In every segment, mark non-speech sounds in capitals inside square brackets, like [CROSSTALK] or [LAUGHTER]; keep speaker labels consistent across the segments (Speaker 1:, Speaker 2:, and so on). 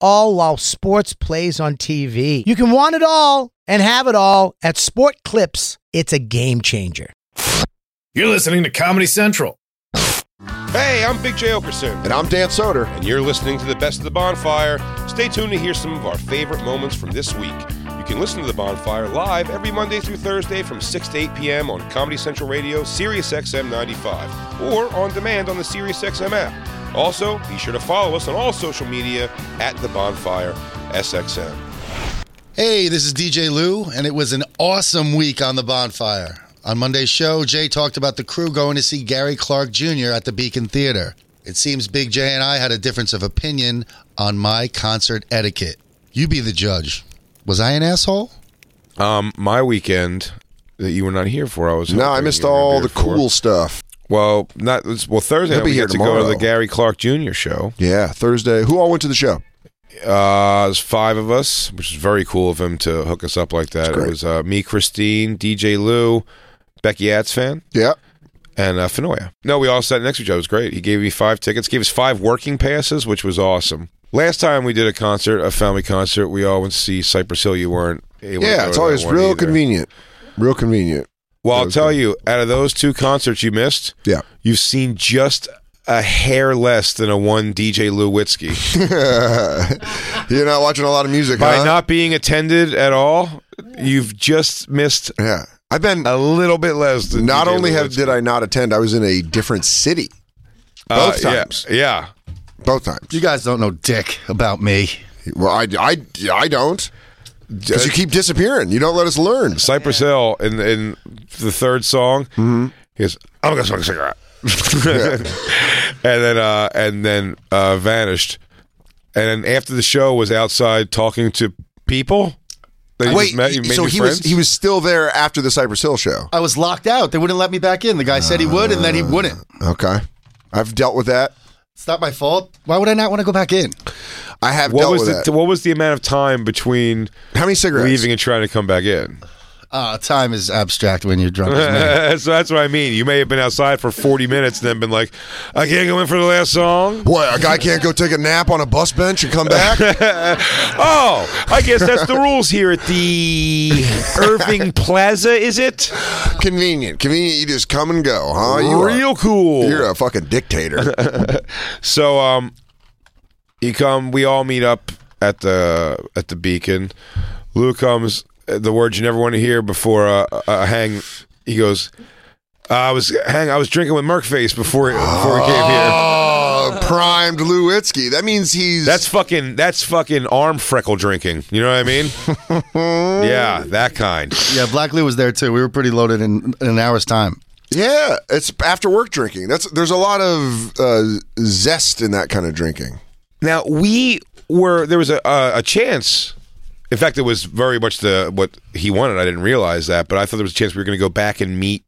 Speaker 1: all while sports plays on TV. You can want it all and have it all at Sport Clips. It's a game changer.
Speaker 2: You're listening to Comedy Central.
Speaker 3: Hey, I'm Big J. Okerson,
Speaker 4: And I'm Dan Soder.
Speaker 3: and you're listening to the best of the bonfire. Stay tuned to hear some of our favorite moments from this week. You can listen to the bonfire live every Monday through Thursday from 6 to 8 p.m. on Comedy Central Radio, Sirius XM 95, or on demand on the Sirius XM app. Also, be sure to follow us on all social media at the bonfire SXM.
Speaker 4: Hey, this is DJ Lou, and it was an awesome week on the bonfire. On Monday's show, Jay talked about the crew going to see Gary Clark Jr. at the Beacon Theater. It seems Big Jay and I had a difference of opinion on my concert etiquette. You be the judge. Was I an asshole?
Speaker 3: Um, my weekend that you were not here for, I was
Speaker 5: No,
Speaker 3: hoping
Speaker 5: I
Speaker 3: you
Speaker 5: missed
Speaker 3: were
Speaker 5: all
Speaker 3: there
Speaker 5: the
Speaker 3: for.
Speaker 5: cool stuff.
Speaker 3: Well, not well Thursday.
Speaker 5: He'll be
Speaker 3: we
Speaker 5: here
Speaker 3: get to go to
Speaker 5: tomorrow.
Speaker 3: the Gary Clark Jr. show.
Speaker 5: Yeah, Thursday. Who all went to the show?
Speaker 3: Uh, there's five of us, which is very cool of him to hook us up like that. It
Speaker 5: great.
Speaker 3: was uh, me, Christine, DJ Lou, Becky Atzfan,
Speaker 5: Yeah.
Speaker 3: and uh, Fenoya. No, we all sat next to each other. It was great. He gave me five tickets, gave us five working passes, which was awesome. Last time we did a concert, a family concert, we all went to see Cypress Hill. You weren't able to go
Speaker 5: Yeah, it's
Speaker 3: to that
Speaker 5: always
Speaker 3: one
Speaker 5: real
Speaker 3: either.
Speaker 5: convenient. Real convenient.
Speaker 3: Well,
Speaker 5: That
Speaker 3: I'll
Speaker 5: was
Speaker 3: tell
Speaker 5: good.
Speaker 3: you, out of those two concerts you missed,
Speaker 5: Yeah.
Speaker 3: you've seen just a hair less than a one DJ Lewitsky.
Speaker 5: You're not watching a lot of music,
Speaker 3: By
Speaker 5: huh?
Speaker 3: not being attended at all, you've just missed
Speaker 5: yeah. I've been
Speaker 3: a little bit less than
Speaker 5: not
Speaker 3: DJ
Speaker 5: only have
Speaker 3: Lewis.
Speaker 5: did I not attend, I was in a different city.
Speaker 3: Uh,
Speaker 5: Both
Speaker 3: yeah,
Speaker 5: times.
Speaker 3: Yeah.
Speaker 5: Both times.
Speaker 4: You guys don't know dick about me.
Speaker 5: well, I, I, I don't. Because you keep disappearing. You don't let us learn.
Speaker 3: Cypress Hill in in the third song
Speaker 5: Mm-hmm.
Speaker 3: he goes, I'm gonna smoke a cigarette. [LAUGHS] and then uh and then uh vanished. And then after the show was outside talking to people that you just
Speaker 5: Wait,
Speaker 3: met, you made
Speaker 5: so
Speaker 3: new
Speaker 5: he
Speaker 3: friends.
Speaker 5: was he was still there after the Cypress Hill show.
Speaker 4: I was locked out. They wouldn't let me back in. The guy said he would, and then he wouldn't.
Speaker 5: Okay. I've dealt with that.
Speaker 4: It's not my fault. Why would I not want to go back in?
Speaker 5: I have
Speaker 3: what
Speaker 5: dealt
Speaker 3: was
Speaker 5: with
Speaker 3: the
Speaker 5: that.
Speaker 3: what was the amount of time between
Speaker 5: How many cigarettes?
Speaker 3: leaving and trying to come back in?
Speaker 4: Uh, time is abstract when you're drunk. As
Speaker 3: [LAUGHS]
Speaker 4: me.
Speaker 3: so that's what I mean. You may have been outside for 40 minutes and then been like, I can't go in for the last song.
Speaker 5: What, a guy can't go take a nap on a bus bench and come back?
Speaker 3: [LAUGHS] Oh, I guess that's the rules here at the Irving Plaza, is it?
Speaker 5: convenient. Convenient. You just come and go, huh? Uh, You are-
Speaker 3: Real cool.
Speaker 5: You're a
Speaker 3: [LAUGHS]
Speaker 5: fucking dictator.
Speaker 3: So um you come we all meet up at the at the beacon. Lou comes uh, the words you never want to hear before uh, a, a hang he goes I was hang I was drinking with Merkface before before we came here.
Speaker 5: oh, primed Lewitsky. That means he's
Speaker 3: That's fucking that's fucking arm freckle drinking. You know what I mean? yeah, that kind.
Speaker 4: [LAUGHS] yeah, Black Lou was there too. We were pretty loaded in, in an hour's time.
Speaker 5: yeah. It's after work drinking. That's there's a lot of uh, zest in that kind of drinking.
Speaker 3: Now we were there was a a, a chance. In fact, it was very much the what he wanted. I didn't realize that, but I thought there was a chance we were going to go back and meet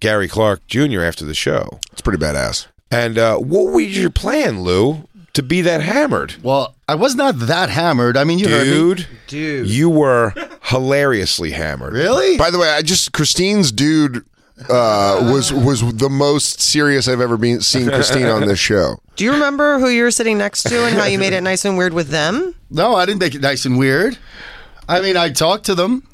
Speaker 3: Gary Clark Jr. after the show.
Speaker 5: It's pretty badass.
Speaker 3: And uh, what was your plan, Lou, to be that hammered,
Speaker 4: Well, I was not that hammered. I mean, you heard me.
Speaker 3: dude? Dude, you were hilariously hammered.
Speaker 4: Really?
Speaker 5: By the way, I just Christine's dude uh, was was the most serious I've ever been seen Christine on this show.
Speaker 6: Do you remember who you were sitting next to and how you made it nice and weird with them?
Speaker 4: No, I didn't make it nice and weird. I mean, I talked to them.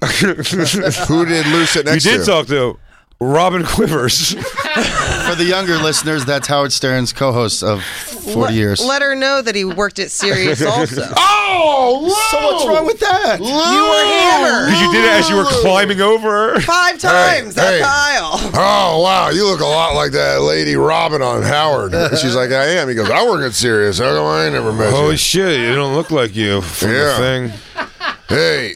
Speaker 5: Who did Lou sit
Speaker 3: You
Speaker 5: next
Speaker 3: did
Speaker 5: to?
Speaker 3: talk to Robin
Speaker 4: [LAUGHS]
Speaker 3: Quivers.
Speaker 4: For the younger listeners, that's Howard Stern's co-host of 40
Speaker 6: Let-
Speaker 4: years.
Speaker 6: Let her know that he worked at Sirius also.
Speaker 3: oh, Lou!
Speaker 4: so what's wrong with that?
Speaker 6: you were hammered
Speaker 3: Because you did it as you were climbing over. her.
Speaker 6: five times
Speaker 5: hey.
Speaker 6: up aisle.
Speaker 5: Oh wow, you look a lot like that lady Robin on Howard. And she's like, I am. He goes, I work at Sirius. How come I ain't never met
Speaker 3: Holy
Speaker 5: you?
Speaker 3: shit! You don't look like you from the
Speaker 5: Yeah.
Speaker 3: thing.
Speaker 5: hey,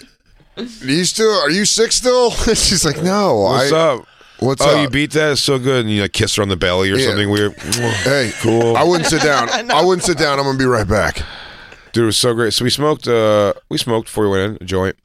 Speaker 5: do you still are you sick still? [LAUGHS] she's like, No.
Speaker 3: What's
Speaker 5: I,
Speaker 3: up?
Speaker 5: What's
Speaker 3: oh,
Speaker 5: up?
Speaker 3: you beat that? It's so good. And you like, kiss her on the belly or
Speaker 5: Yeah. [LAUGHS]
Speaker 3: something weird.
Speaker 5: Hey,
Speaker 3: Cool. [LAUGHS]
Speaker 5: I wouldn't sit down. I wouldn't sit down. I'm gonna be right back.
Speaker 3: Dude, it was so great. So we smoked. Uh, we smoked before we went in a joint,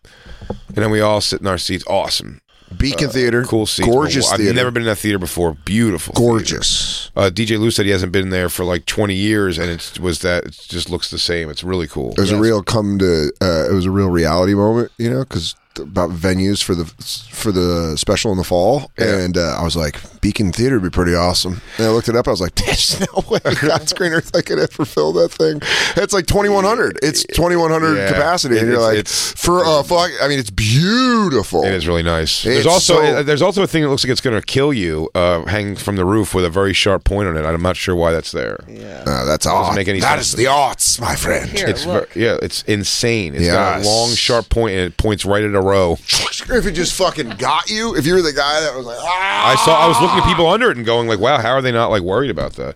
Speaker 3: and then we all sit in our seats. Awesome,
Speaker 5: Beacon Theater,
Speaker 3: Uh, cool seats.
Speaker 5: gorgeous
Speaker 3: I've
Speaker 5: theater,
Speaker 3: never been in that theater before. Beautiful, theater.
Speaker 5: gorgeous.
Speaker 3: Uh, DJ Lou said he hasn't been there for like 20 years, and it was that it just looks the same. It's really cool.
Speaker 5: It was a real come to. Uh, it was a real reality moment, you know, because about venues for the for the special in the fall,
Speaker 3: Yeah.
Speaker 5: and uh, I was like, Beacon Theater would be pretty awesome. And I looked it up. I was like, [LAUGHS] there's no
Speaker 3: [LAUGHS]
Speaker 5: way God Screen Earth I could ever fill that thing. It's like 2100. It's 2100
Speaker 3: Yeah.
Speaker 5: capacity, and
Speaker 3: It-
Speaker 5: you're
Speaker 3: it's-
Speaker 5: like,
Speaker 3: it's-
Speaker 5: for a fuck. I mean, it's beautiful.
Speaker 3: It is really nice.
Speaker 5: It's
Speaker 3: there's also
Speaker 5: so-
Speaker 3: uh, there's also a thing that looks like it's going to kill you, uh, hanging from the roof with a very sharp point on it. I'm not sure why that's there.
Speaker 5: Uh, that's odd.
Speaker 3: make any
Speaker 5: That
Speaker 3: sense.
Speaker 5: is the arts, my friend.
Speaker 3: it's ver- yeah, it's insane. It's got a
Speaker 5: Yes.
Speaker 3: long sharp point and it points right at a row.
Speaker 5: if it just fucking got you, if you were the guy that was like, ah,
Speaker 3: I saw I was looking at people under it and going like, wow, how are they not like worried about that?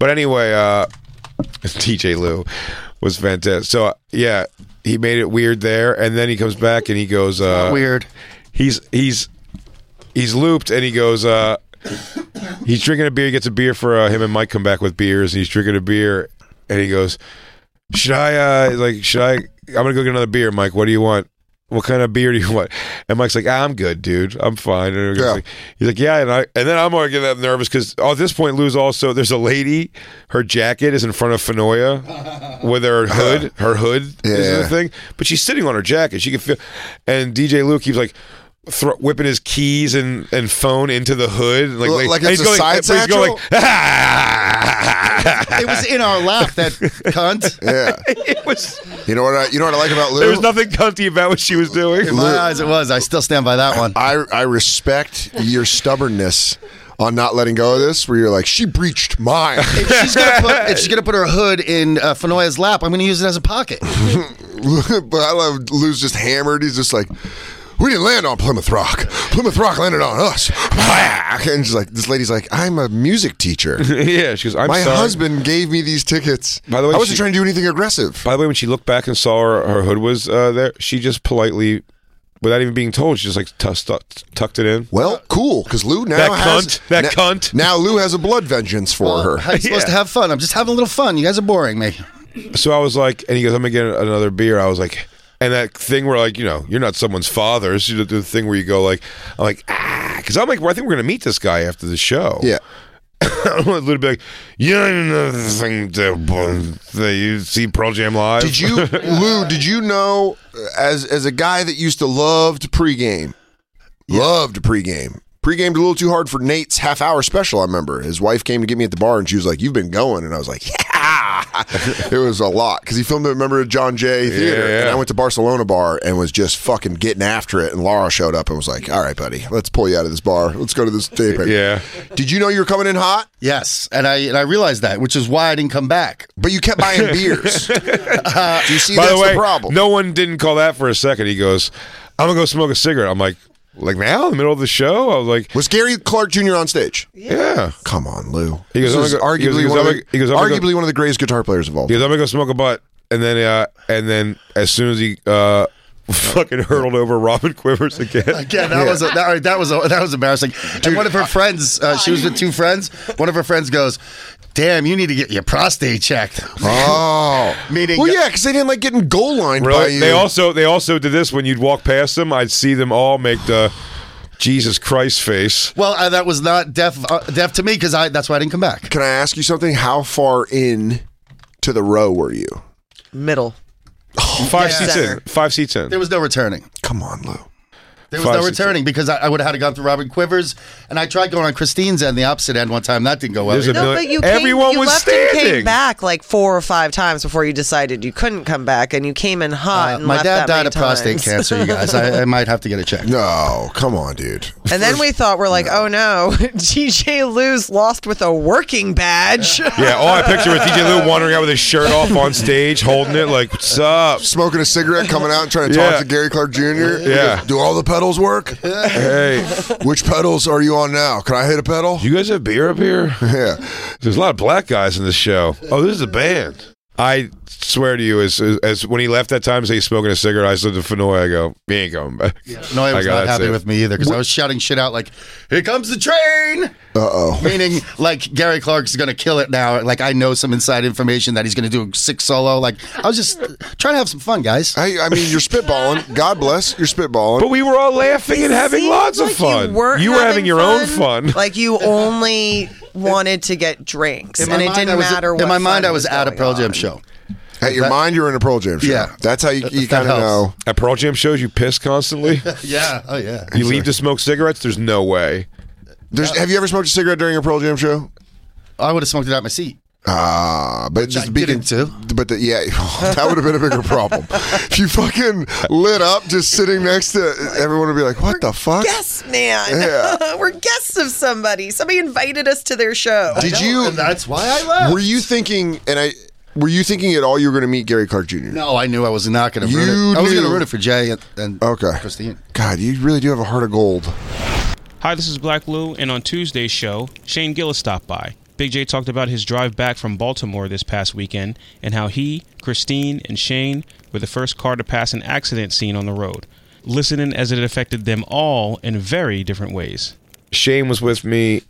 Speaker 3: But anyway, uh, [LAUGHS] DJ Lou was fantastic. So uh, yeah, he made it weird there, and then he comes back and he goes uh,
Speaker 4: Weird.
Speaker 3: He's he's he's looped and he goes. uh He's drinking a beer. He gets a beer for uh, him and Mike. Come back with beers. And he's drinking a beer, and he goes, "Should I uh like should I? I'm gonna go get another beer, Mike. What do you want? What kind of beer do you want?" And Mike's like, ah, "I'm good, dude. I'm fine." And he's,
Speaker 5: Yeah.
Speaker 3: like, he's like, "Yeah," and I and then I'm already getting up nervous because at this point, Lou's also there's a lady. Her jacket is in front of Fenoya with her hood. Her hood is in
Speaker 5: Yeah.
Speaker 3: the thing, but she's sitting on her jacket. She can feel. And DJ Lou keeps like. Thro- whipping his keys and, and phone into the hood, like
Speaker 5: Like- like it's
Speaker 3: and he's going,
Speaker 5: a side
Speaker 3: but he's going like,
Speaker 4: It was in our lap, that cunt.
Speaker 5: yeah.
Speaker 3: [LAUGHS] it was
Speaker 5: You know what? I, you know what I like about
Speaker 3: [LAUGHS]
Speaker 5: Lou.
Speaker 3: there was nothing cunty about what she was doing.
Speaker 4: In my eyes, it was. I still stand by
Speaker 5: [LAUGHS]
Speaker 4: that one.
Speaker 5: I I respect your stubbornness on not letting go of this. Where you're like, she
Speaker 3: [LAUGHS]
Speaker 5: breached mine. [LAUGHS]
Speaker 4: If she's gonna put, if she's gonna put her hood in uh, Fenoya's lap, I'm gonna use it as a pocket.
Speaker 5: but I love Lou's just hammered. He's just like, we didn't land on Plymouth Rock. Plymouth Rock landed on us. And she's like, this lady's like, I'm a music teacher.
Speaker 3: [LAUGHS] yeah, she goes. [LAUGHS] I'm
Speaker 5: My
Speaker 3: sorry.
Speaker 5: husband gave me these tickets.
Speaker 3: By the way,
Speaker 5: I wasn't
Speaker 3: she-
Speaker 5: trying to do anything aggressive.
Speaker 3: By the way, when she looked back and saw her, her hood was uh, there, she just politely, without even being told, she just like tu- stu- tucked it in.
Speaker 5: Well, cool, because Lou now
Speaker 3: That
Speaker 5: has
Speaker 3: cunt. That
Speaker 5: na-
Speaker 3: cunt. Oh,
Speaker 5: Now Lou has a blood vengeance for her.
Speaker 4: How you supposed to have fun? I'm just having a little fun. You guys are boring me.
Speaker 3: So I was like, and he goes, I'm gonna get another beer. I was like, and that thing where like, you know, you're not someone's father. It's the the thing where you go like, I'm like, ah, because I'm like, well, I think we're gonna meet this guy after the show. [LAUGHS]
Speaker 5: Yeah.
Speaker 3: I want Lou to be like, yeah, another thing that that you see Pearl Jam live. [LAUGHS]
Speaker 5: Did you, Lou? Did you know, uh, as as a guy that used to love to pregame, loved pregame, pregamed a little too hard for Nate's half hour special. I remember his wife came to get me at the bar, and she was like, "You've been going," and I was like, "Yeah." [LAUGHS] it was a lot because he filmed it. Remember at John Jay Theater,
Speaker 3: Yeah, yeah.
Speaker 5: and I went to Barcelona bar and was just fucking getting after it. And Laura showed up and was like, "All right, buddy, let's pull you out of this bar. Let's go to this day party."
Speaker 3: Yeah.
Speaker 5: Did you know you were coming in hot?
Speaker 4: Yes, and I and I realized that, which is why I didn't come back.
Speaker 5: But you kept buying
Speaker 3: [LAUGHS]
Speaker 5: beers. Do you see
Speaker 3: By
Speaker 5: that's
Speaker 3: the way,
Speaker 5: problem?
Speaker 3: no one didn't call that for a second. He goes, I'm gonna go smoke a cigarette. I'm like, like now in the middle of the show. I was like,
Speaker 5: Was Gary Clark Jr. on stage?
Speaker 3: yeah.
Speaker 5: Come on, Lou.
Speaker 3: He goes,
Speaker 5: this is
Speaker 3: I'm gonna go- he goes-
Speaker 5: arguably,
Speaker 3: he goes,
Speaker 5: one,
Speaker 3: I'm
Speaker 5: of the,
Speaker 3: gonna- he goes, I'm gonna go-
Speaker 5: arguably one of the greatest guitar players of all.
Speaker 3: He
Speaker 5: time.
Speaker 3: goes, I'm gonna go smoke a butt, and then uh, and then as soon as he uh, [LAUGHS] fucking hurtled over Robin Quivers
Speaker 4: [LAUGHS]
Speaker 3: again.
Speaker 4: Again, that was a, that, all right, that was a, that was embarrassing. and one of her friends,
Speaker 6: Oh,
Speaker 4: uh, she was with two friends. One of her friends goes, "Damn, you need to get your prostate checked."
Speaker 5: Oh,
Speaker 4: Meaning-
Speaker 5: Well, yeah, because they didn't like getting goal lined by
Speaker 3: Really?
Speaker 5: you.
Speaker 3: They also they also did this when you'd walk past them. I'd see them all make the Jesus Christ face.
Speaker 4: Well, uh, that was not deaf uh, deaf to me because I that's why I didn't come back.
Speaker 5: Can I ask you something? How far in to the row were you?
Speaker 6: Middle.
Speaker 3: Five
Speaker 4: yeah.
Speaker 3: seats in. Five seats in.
Speaker 4: There was no returning.
Speaker 5: Come on, Lou.
Speaker 4: There was
Speaker 3: Five,
Speaker 4: no
Speaker 3: six,
Speaker 4: returning because I, I would have had to gone through Robin Quivers, and I tried going on Christine's end, the opposite end, one time. That didn't go well.
Speaker 3: There's a
Speaker 4: either.
Speaker 6: No,
Speaker 3: Middle-
Speaker 6: but you
Speaker 3: Everyone
Speaker 6: came, you
Speaker 3: was
Speaker 6: left and
Speaker 3: standing.
Speaker 6: came back like four or five times before you decided you couldn't come back, and you came in hot.
Speaker 4: Uh,
Speaker 6: and
Speaker 4: my
Speaker 6: left
Speaker 4: dad
Speaker 6: that
Speaker 4: died
Speaker 6: many
Speaker 4: of prostate
Speaker 6: times.
Speaker 4: cancer, you guys. I, I might have to get it
Speaker 3: [LAUGHS]
Speaker 4: checked.
Speaker 5: No, come on, dude.
Speaker 6: And then we thought we're like, oh no, [LAUGHS] DJ Lou's lost with a working badge.
Speaker 3: yeah, all I picture was DJ Lou wandering out with his shirt off on stage, holding it like, "What's
Speaker 4: [LAUGHS]
Speaker 3: up?"
Speaker 5: Smoking a cigarette, coming out and trying to
Speaker 3: Yeah.
Speaker 5: talk to Gary Clark Jr. He
Speaker 3: Yeah.
Speaker 5: goes, Do all the pedals work?
Speaker 3: Hey,
Speaker 5: Which pedals are you on now? Can I hit a pedal?
Speaker 3: you guys have beer up here?
Speaker 5: Yeah.
Speaker 3: There's a lot of black guys in this show. Oh, this is a band. I swear to you, as, as, as when he left that time, say he's smoking a cigarette, I said to Fenoy, I go, he ain't going back.
Speaker 4: No, I was
Speaker 3: go,
Speaker 4: not
Speaker 3: "That's
Speaker 4: happy
Speaker 3: it."
Speaker 4: with me either because I was shouting shit out like, "Here comes the train!"
Speaker 5: Uh oh.
Speaker 4: Meaning, like Gary Clark's gonna kill it now. Like I know some inside information that he's gonna do a six solo. Like I was just trying to have some fun, guys.
Speaker 5: I, I mean, you're spitballing. God bless. You're spitballing.
Speaker 3: But we were all laughing and having
Speaker 6: Seems
Speaker 3: lots of
Speaker 6: like
Speaker 3: fun.
Speaker 6: You, weren't
Speaker 3: were having your own fun.
Speaker 6: [LAUGHS] Like you only wanted to get drinks, and it didn't
Speaker 4: I was,
Speaker 6: matter. What
Speaker 4: in my mind,
Speaker 6: fun
Speaker 4: I was, at a
Speaker 6: going
Speaker 4: Pearl
Speaker 6: on.
Speaker 4: Jam show.
Speaker 5: At your
Speaker 4: That-
Speaker 5: mind, you're in a Pearl Jam show.
Speaker 4: Yeah.
Speaker 5: That's how you,
Speaker 4: That-
Speaker 5: you
Speaker 4: that
Speaker 5: kind of
Speaker 4: helps.
Speaker 5: know.
Speaker 3: At Pearl Jam shows, you piss
Speaker 6: [LAUGHS]
Speaker 3: constantly.
Speaker 4: Yeah. Oh yeah.
Speaker 3: you leave to smoke cigarettes. There's no way.
Speaker 5: There's, have you ever smoked a cigarette during a Pearl Jam show?
Speaker 4: I would have smoked it out my seat.
Speaker 5: Ah, but just
Speaker 4: I
Speaker 5: beacon
Speaker 4: didn't
Speaker 5: But the, yeah, [LAUGHS] oh, that would have been a
Speaker 4: [LAUGHS]
Speaker 5: bigger problem. if you fucking lit up just sitting next to everyone would be like, "What the fuck?"
Speaker 6: Yes, man.
Speaker 5: Yeah.
Speaker 6: [LAUGHS] We're guests of somebody. Somebody invited us to their show.
Speaker 5: Did you?
Speaker 4: And that's why I left.
Speaker 5: Were you thinking? And I were you thinking at all you were going to meet Gary Clark Jr.
Speaker 4: No, I knew I was not gonna. root
Speaker 5: You
Speaker 4: it. I was gonna
Speaker 5: knew.
Speaker 4: root it for Jay and, and
Speaker 5: Okay.
Speaker 4: Christine.
Speaker 5: God, you really do have a heart of gold.
Speaker 7: Hi, this is Black Lou, and on Tuesday's show, Shane Gillis stopped by. Big J talked about his drive back from Baltimore this past weekend and how he, Christine, and Shane were the first car to pass an accident scene on the road, listening as it affected them all in very different ways.
Speaker 3: Shane was with me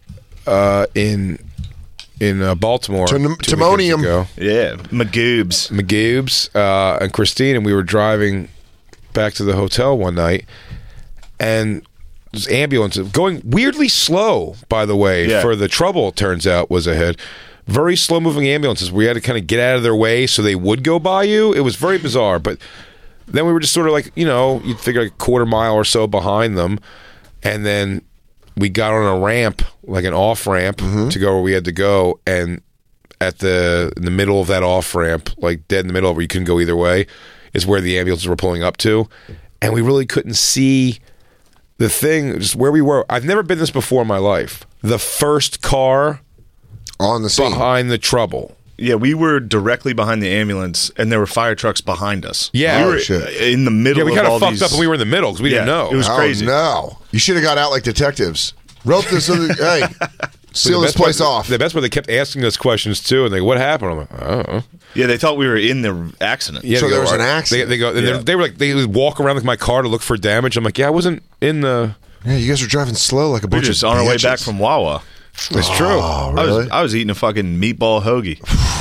Speaker 3: uh, in in uh, Baltimore.
Speaker 5: Tim-
Speaker 3: two weekends
Speaker 5: Timonium.
Speaker 3: ago.
Speaker 8: Yeah, Magoobs.
Speaker 3: McGibbs uh, and Christine, and we were driving back to the hotel one night, and this ambulance going weirdly slow. By the way,
Speaker 8: Yeah.
Speaker 3: for the trouble, it turns out was ahead. Very slow moving ambulances. We had to kind of get out of their way so they would go by you. It was very bizarre, but then we were just sort of like you know you'd figure like a quarter mile or so behind them, and then we got on a ramp like an off ramp to go where we had to go, and at the in the middle of that off ramp, like dead in the middle where you couldn't go either way, is where the ambulances were pulling up to, and we really couldn't see the thing just where we were. I've never been this before in my life. The first car
Speaker 5: On the scene,
Speaker 3: behind the trouble.
Speaker 8: Yeah, we were directly behind the ambulance, and there were fire trucks behind us.
Speaker 3: Yeah.
Speaker 8: we
Speaker 3: Oh,
Speaker 8: were
Speaker 5: shit.
Speaker 8: in the middle.
Speaker 3: Yeah, we
Speaker 8: of
Speaker 3: kind
Speaker 8: all
Speaker 3: of fucked
Speaker 8: these-
Speaker 3: up and we were in the middle because we
Speaker 8: Yeah,
Speaker 3: didn't know.
Speaker 8: It was
Speaker 5: oh
Speaker 8: crazy.
Speaker 5: no, you should have got out like detectives. Rope this. Other, hey, seal
Speaker 3: The
Speaker 5: this
Speaker 3: best
Speaker 5: place
Speaker 3: part-
Speaker 5: off.
Speaker 3: The best part, they kept asking us questions too, and they, "What happened?" I'm like, "I don't know."
Speaker 8: Yeah, they thought we were in the accident.
Speaker 3: Yeah,
Speaker 5: So
Speaker 3: they
Speaker 5: there
Speaker 3: go,
Speaker 5: was an
Speaker 3: "Are-"
Speaker 5: accident.
Speaker 3: They, they go, and
Speaker 8: Yeah.
Speaker 3: they were like, they would walk around with my car to look for damage. I'm like, "Yeah, I wasn't in the."
Speaker 5: Yeah, you guys are driving slow like a
Speaker 8: we
Speaker 5: bunch
Speaker 8: were just
Speaker 5: of
Speaker 8: on our way
Speaker 5: bitches.
Speaker 8: back from Wawa.
Speaker 3: It's true.
Speaker 8: I was
Speaker 5: Oh, really?
Speaker 8: I was eating a fucking meatball hoagie,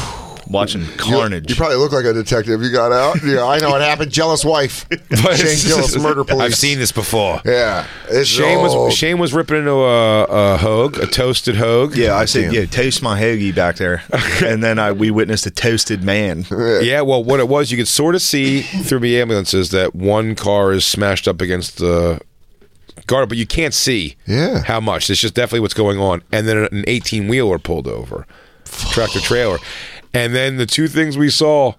Speaker 8: [SIGHS] watching
Speaker 5: You-
Speaker 8: carnage.
Speaker 5: You, probably look like a detective. You got out. Yeah, I know what happened.
Speaker 8: [LAUGHS]
Speaker 5: Jealous wife.
Speaker 3: But-
Speaker 5: [LAUGHS] Shane Gillis, murder
Speaker 3: [LAUGHS]
Speaker 5: police.
Speaker 3: I've seen this before.
Speaker 5: Yeah, it's
Speaker 3: Shane
Speaker 5: old.
Speaker 3: was Shane was ripping into a, a hoag, a toasted hoag.
Speaker 8: yeah, I said, yeah, toast my hoagie back there, and then I we witnessed a toasted
Speaker 5: [LAUGHS]
Speaker 8: man.
Speaker 3: yeah. Well, what it was, you could sort of see through the ambulances that one car is smashed up against the guard, but you can't see.
Speaker 5: Yeah.
Speaker 3: how much? It's just definitely what's going on. And then an eighteen wheeler pulled over, tractor trailer, and then the two things we saw.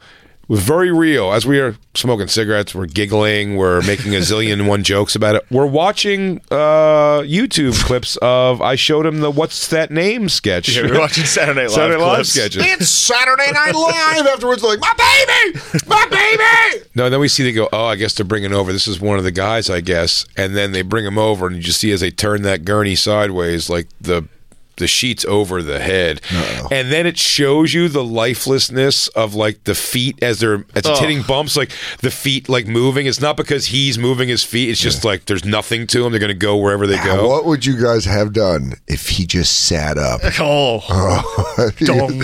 Speaker 3: Was very real as we are smoking cigarettes. We're giggling. We're making a zillion and one jokes about it. We're watching uh, YouTube clips of I showed him the what's that name sketch.
Speaker 8: Yeah, we were watching Saturday Night Live
Speaker 3: Saturday Night Live
Speaker 8: clips.
Speaker 3: sketches.
Speaker 5: It's Saturday Night Live. Afterwards, like my baby, my
Speaker 8: [LAUGHS]
Speaker 5: baby.
Speaker 3: No, then we see they go, oh, I guess they're bringing over. This is one of the guys, I guess. And then they bring him over, and you just see as they turn that gurney sideways, like the the sheets over the head, and then it shows you the lifelessness of like the feet as they're as it's hitting bumps, like the feet like moving. It's not because he's moving his feet. It's just like there's nothing to him. They're gonna go wherever they
Speaker 5: Now,
Speaker 3: go.
Speaker 5: What would you guys have done if he just
Speaker 8: [LAUGHS]
Speaker 5: sat up?
Speaker 8: Oh,
Speaker 5: [LAUGHS]
Speaker 8: dong.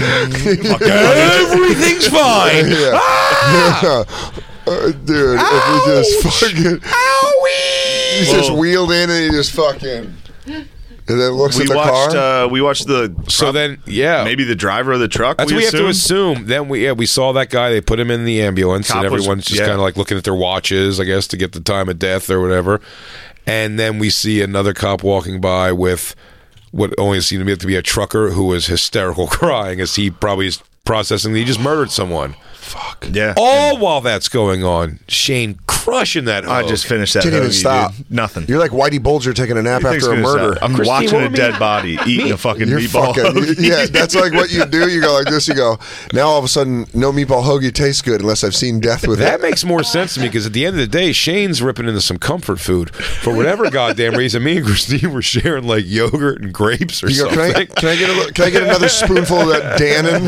Speaker 3: Everything's fine.
Speaker 5: [LAUGHS] Yeah.
Speaker 8: Ah!
Speaker 5: [LAUGHS] Uh, dude, if he just fucking, he just
Speaker 8: Whoa.
Speaker 5: wheeled in and he just fucking, and then looks
Speaker 8: we
Speaker 5: at the
Speaker 8: watched.
Speaker 5: car.
Speaker 8: Uh, we watched the.
Speaker 3: So then, yeah,
Speaker 8: maybe the driver of the truck.
Speaker 3: That's
Speaker 8: we
Speaker 3: what we have to
Speaker 8: assumed?
Speaker 3: assume. Then we yeah we saw that guy. They put him in the ambulance,
Speaker 8: Cop
Speaker 3: and
Speaker 8: was-
Speaker 3: everyone's just
Speaker 8: yeah.
Speaker 3: kind of like looking at their watches, I guess, to get the time of death or whatever. And then we see another cop walking by with what only seemed to be, to be a trucker who was hysterical [LAUGHS] crying as he probably is processing that he just murdered someone.
Speaker 8: Yeah.
Speaker 3: All while that's going on, Shane crushing that.
Speaker 8: I
Speaker 3: Hogue.
Speaker 8: just finished that.
Speaker 5: Didn't even
Speaker 8: hoagie,
Speaker 5: stop.
Speaker 8: dude. Nothing.
Speaker 5: You're like Whitey Bulger taking a nap
Speaker 8: You think's
Speaker 5: after a
Speaker 8: gonna
Speaker 5: murder.
Speaker 8: stop? I'm
Speaker 3: Christine,
Speaker 8: watching
Speaker 3: what
Speaker 8: a
Speaker 3: would
Speaker 8: dead
Speaker 3: be-
Speaker 8: body eating a fucking
Speaker 5: [LAUGHS] You're
Speaker 8: meatball. [LAUGHS]
Speaker 5: fucking
Speaker 8: hoagie.
Speaker 5: [LAUGHS] yeah. That's like what you do. You go like this. You go now. All of a sudden, no meatball hoagie tastes good unless I've seen death with
Speaker 3: That
Speaker 5: it.
Speaker 3: makes more sense to me because at the end of the day, Shane's ripping into some comfort food for
Speaker 5: [LAUGHS]
Speaker 3: whatever goddamn reason. Me and Christine were sharing like yogurt and grapes or
Speaker 5: You go, can I,
Speaker 3: something. [LAUGHS]
Speaker 5: can I get a, li- can I get another spoonful of that
Speaker 8: [LAUGHS]
Speaker 5: Dannon?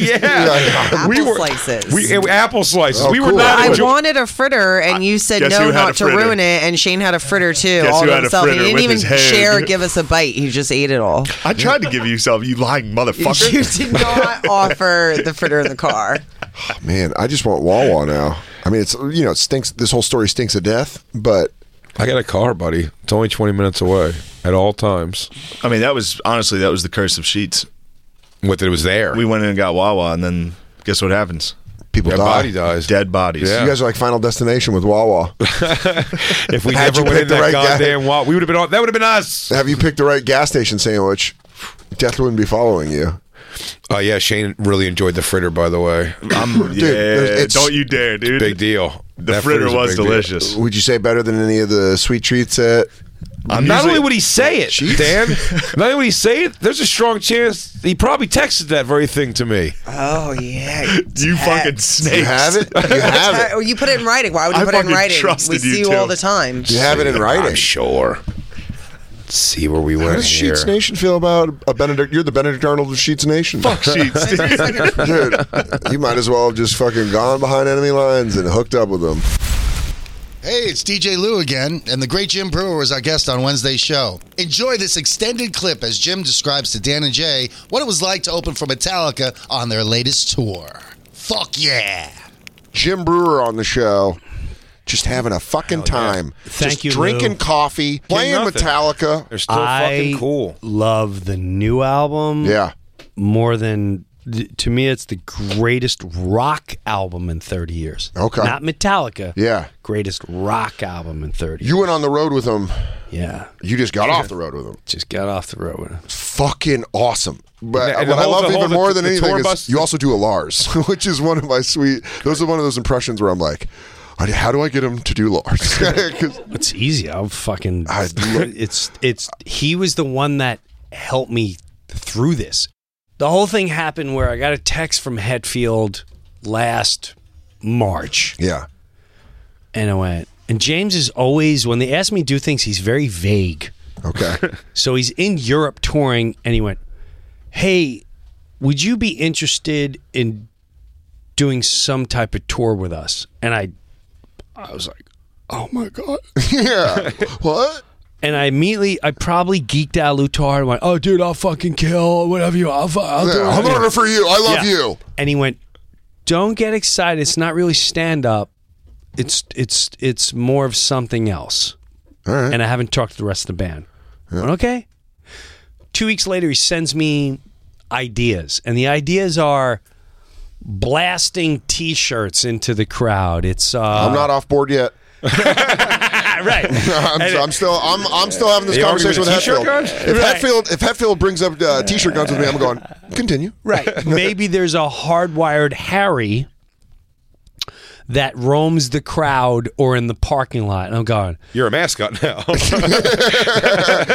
Speaker 3: yeah,
Speaker 5: [LAUGHS] Yeah.
Speaker 3: we
Speaker 6: Apple
Speaker 3: were
Speaker 6: slices.
Speaker 3: We, and apple slices.
Speaker 5: Oh,
Speaker 3: we were
Speaker 5: cool.
Speaker 3: not.
Speaker 6: I
Speaker 3: enjoy-
Speaker 6: wanted a fritter, and you said
Speaker 8: Guess who
Speaker 6: no,
Speaker 8: had a
Speaker 6: not to
Speaker 8: fritter?
Speaker 6: ruin it. And Shane had a fritter too,
Speaker 8: Guess
Speaker 6: all
Speaker 8: who
Speaker 6: to
Speaker 8: had a
Speaker 6: himself. He
Speaker 8: fritter
Speaker 6: didn't
Speaker 8: with
Speaker 6: even
Speaker 8: his hand?
Speaker 6: share, give us a bite. He just ate it all.
Speaker 8: I tried to give you some, you lying
Speaker 5: [LAUGHS]
Speaker 8: motherfucker.
Speaker 6: You did not offer the fritter in the car.
Speaker 5: Man, I just want Wawa now. I mean, it's you know, it stinks. This whole story stinks of death, but
Speaker 3: I got a car, buddy. It's only twenty minutes away at all times.
Speaker 8: I mean, that was honestly that was the curse of sheets.
Speaker 3: What that it was there.
Speaker 8: We went in and got Wawa, and then guess what happens?
Speaker 5: people
Speaker 3: Dead
Speaker 5: die.
Speaker 3: body dies.
Speaker 8: Dead bodies.
Speaker 3: Yeah.
Speaker 5: You guys are like Final Destination with
Speaker 8: [LAUGHS]
Speaker 5: Wawa.
Speaker 3: If we
Speaker 5: Had
Speaker 3: never
Speaker 5: you
Speaker 3: went in
Speaker 5: picked the
Speaker 3: that
Speaker 5: right guy.
Speaker 3: goddamn wall, we would have been. on That would have been
Speaker 5: [LAUGHS]
Speaker 3: us.
Speaker 5: Have you picked the right gas station sandwich? Death wouldn't be following you.
Speaker 3: Oh yeah, Shane really enjoyed the fritter. By the way,
Speaker 8: I'm, yeah
Speaker 5: it's-
Speaker 8: don't you dare, dude.
Speaker 3: big deal.
Speaker 8: The
Speaker 3: That
Speaker 8: fritter
Speaker 3: fritter's a
Speaker 8: was
Speaker 3: big deal.
Speaker 8: delicious.
Speaker 5: Would you say better than any of the sweet treats at?
Speaker 8: I'm
Speaker 3: Not
Speaker 8: usually-
Speaker 3: only would he say it, Dan. not only would he say it. There's a strong chance he probably texted that very thing to me.
Speaker 6: Oh yeah.
Speaker 8: you fucking snakes.
Speaker 5: You have [LAUGHS] it.
Speaker 6: [LAUGHS]
Speaker 5: You have it.
Speaker 6: Oh, you put it in writing. Why would you
Speaker 8: I
Speaker 6: put it in
Speaker 8: fucking
Speaker 6: writing? We
Speaker 8: trusted you
Speaker 6: see you
Speaker 8: too.
Speaker 6: all the time.
Speaker 5: You have it in writing.
Speaker 3: I'm sure. Let's see where we
Speaker 5: How
Speaker 3: went
Speaker 5: does
Speaker 3: here.
Speaker 5: Sheets Nation feel about a Benedict? You're the Benedict Arnold of Sheets Nation. Fuck
Speaker 8: Sheets,
Speaker 5: [LAUGHS]
Speaker 8: dude.
Speaker 5: dude. You might as well have just fucking gone behind enemy lines and hooked up with them.
Speaker 4: Hey, it's DJ Lou again, and the great Jim Brewer was our guest on Wednesday's show. Enjoy this extended clip as Jim describes to Dan and Jay what it was like to open for Metallica on their latest tour. Fuck yeah!
Speaker 5: Jim Brewer on the show. Just having a fucking time.
Speaker 9: Thank
Speaker 5: just
Speaker 9: you,
Speaker 5: Drinking
Speaker 9: Lou.
Speaker 5: coffee, playing
Speaker 3: nothing.
Speaker 5: Metallica.
Speaker 3: They're still fucking cool.
Speaker 9: Love the new album.
Speaker 5: Yeah.
Speaker 9: More than to me, it's the greatest rock album in 30 years.
Speaker 5: Okay.
Speaker 9: Not Metallica.
Speaker 5: Yeah.
Speaker 9: Greatest rock album in 30.
Speaker 5: You went on the road with them.
Speaker 9: yeah.
Speaker 5: You just got off the road with them.
Speaker 9: Just got off the road with it.
Speaker 5: Fucking awesome.
Speaker 3: And
Speaker 5: But
Speaker 3: the- and
Speaker 5: what
Speaker 3: the
Speaker 5: I
Speaker 3: whole-
Speaker 5: love
Speaker 3: the
Speaker 5: even
Speaker 3: whole-
Speaker 5: more
Speaker 3: the-
Speaker 5: than
Speaker 3: the
Speaker 5: anything
Speaker 3: tour
Speaker 5: is
Speaker 3: bus-
Speaker 5: you also do a Lars, [LAUGHS] which is one of my sweet. Those are one of those impressions where I'm like, I- how do I get him to do Lars? [LAUGHS] 'Cause-
Speaker 9: It's easy. I'll fucking.
Speaker 5: I lo-
Speaker 9: it's it's. He was the one that helped me through this. The whole thing happened where I got a text from Hetfield last March,
Speaker 5: yeah.
Speaker 9: and I went. And James is always when they ask me to do things, he's very vague. [LAUGHS]
Speaker 5: Okay.
Speaker 9: So he's in Europe touring, and he went, "Hey, would you be interested in doing some type of tour with us?" And I, I was like, "Oh my god."
Speaker 5: [LAUGHS] yeah. What?
Speaker 9: and I immediately, I probably geeked out Lutar and went, "Oh, dude, I'll fucking kill whatever you. I'll, fu- I'll do it."
Speaker 5: I'm on it for you. I love
Speaker 9: Yeah.
Speaker 5: you.
Speaker 9: And he went, "Don't get excited. It's not really stand up. It's it's it's more of something else." And I haven't talked to the rest of the band. I went, okay. Two weeks later, he sends me ideas, and the ideas are blasting T-shirts into the crowd. It's uh,
Speaker 5: I'm not off board yet. [LAUGHS]
Speaker 9: right.
Speaker 5: I'm, I'm still I'm I'm still having this
Speaker 3: They argue
Speaker 5: conversation
Speaker 3: with
Speaker 5: with
Speaker 3: a t-shirt
Speaker 5: Hetfield.
Speaker 3: gun?
Speaker 5: If Hetfield if Hetfield brings up uh, t-shirt guns with me, I'm going continue.
Speaker 9: Right. Maybe there's a hardwired Harry that roams the crowd or in the parking lot. And I'm going,
Speaker 3: You're a mascot now.
Speaker 5: [LAUGHS]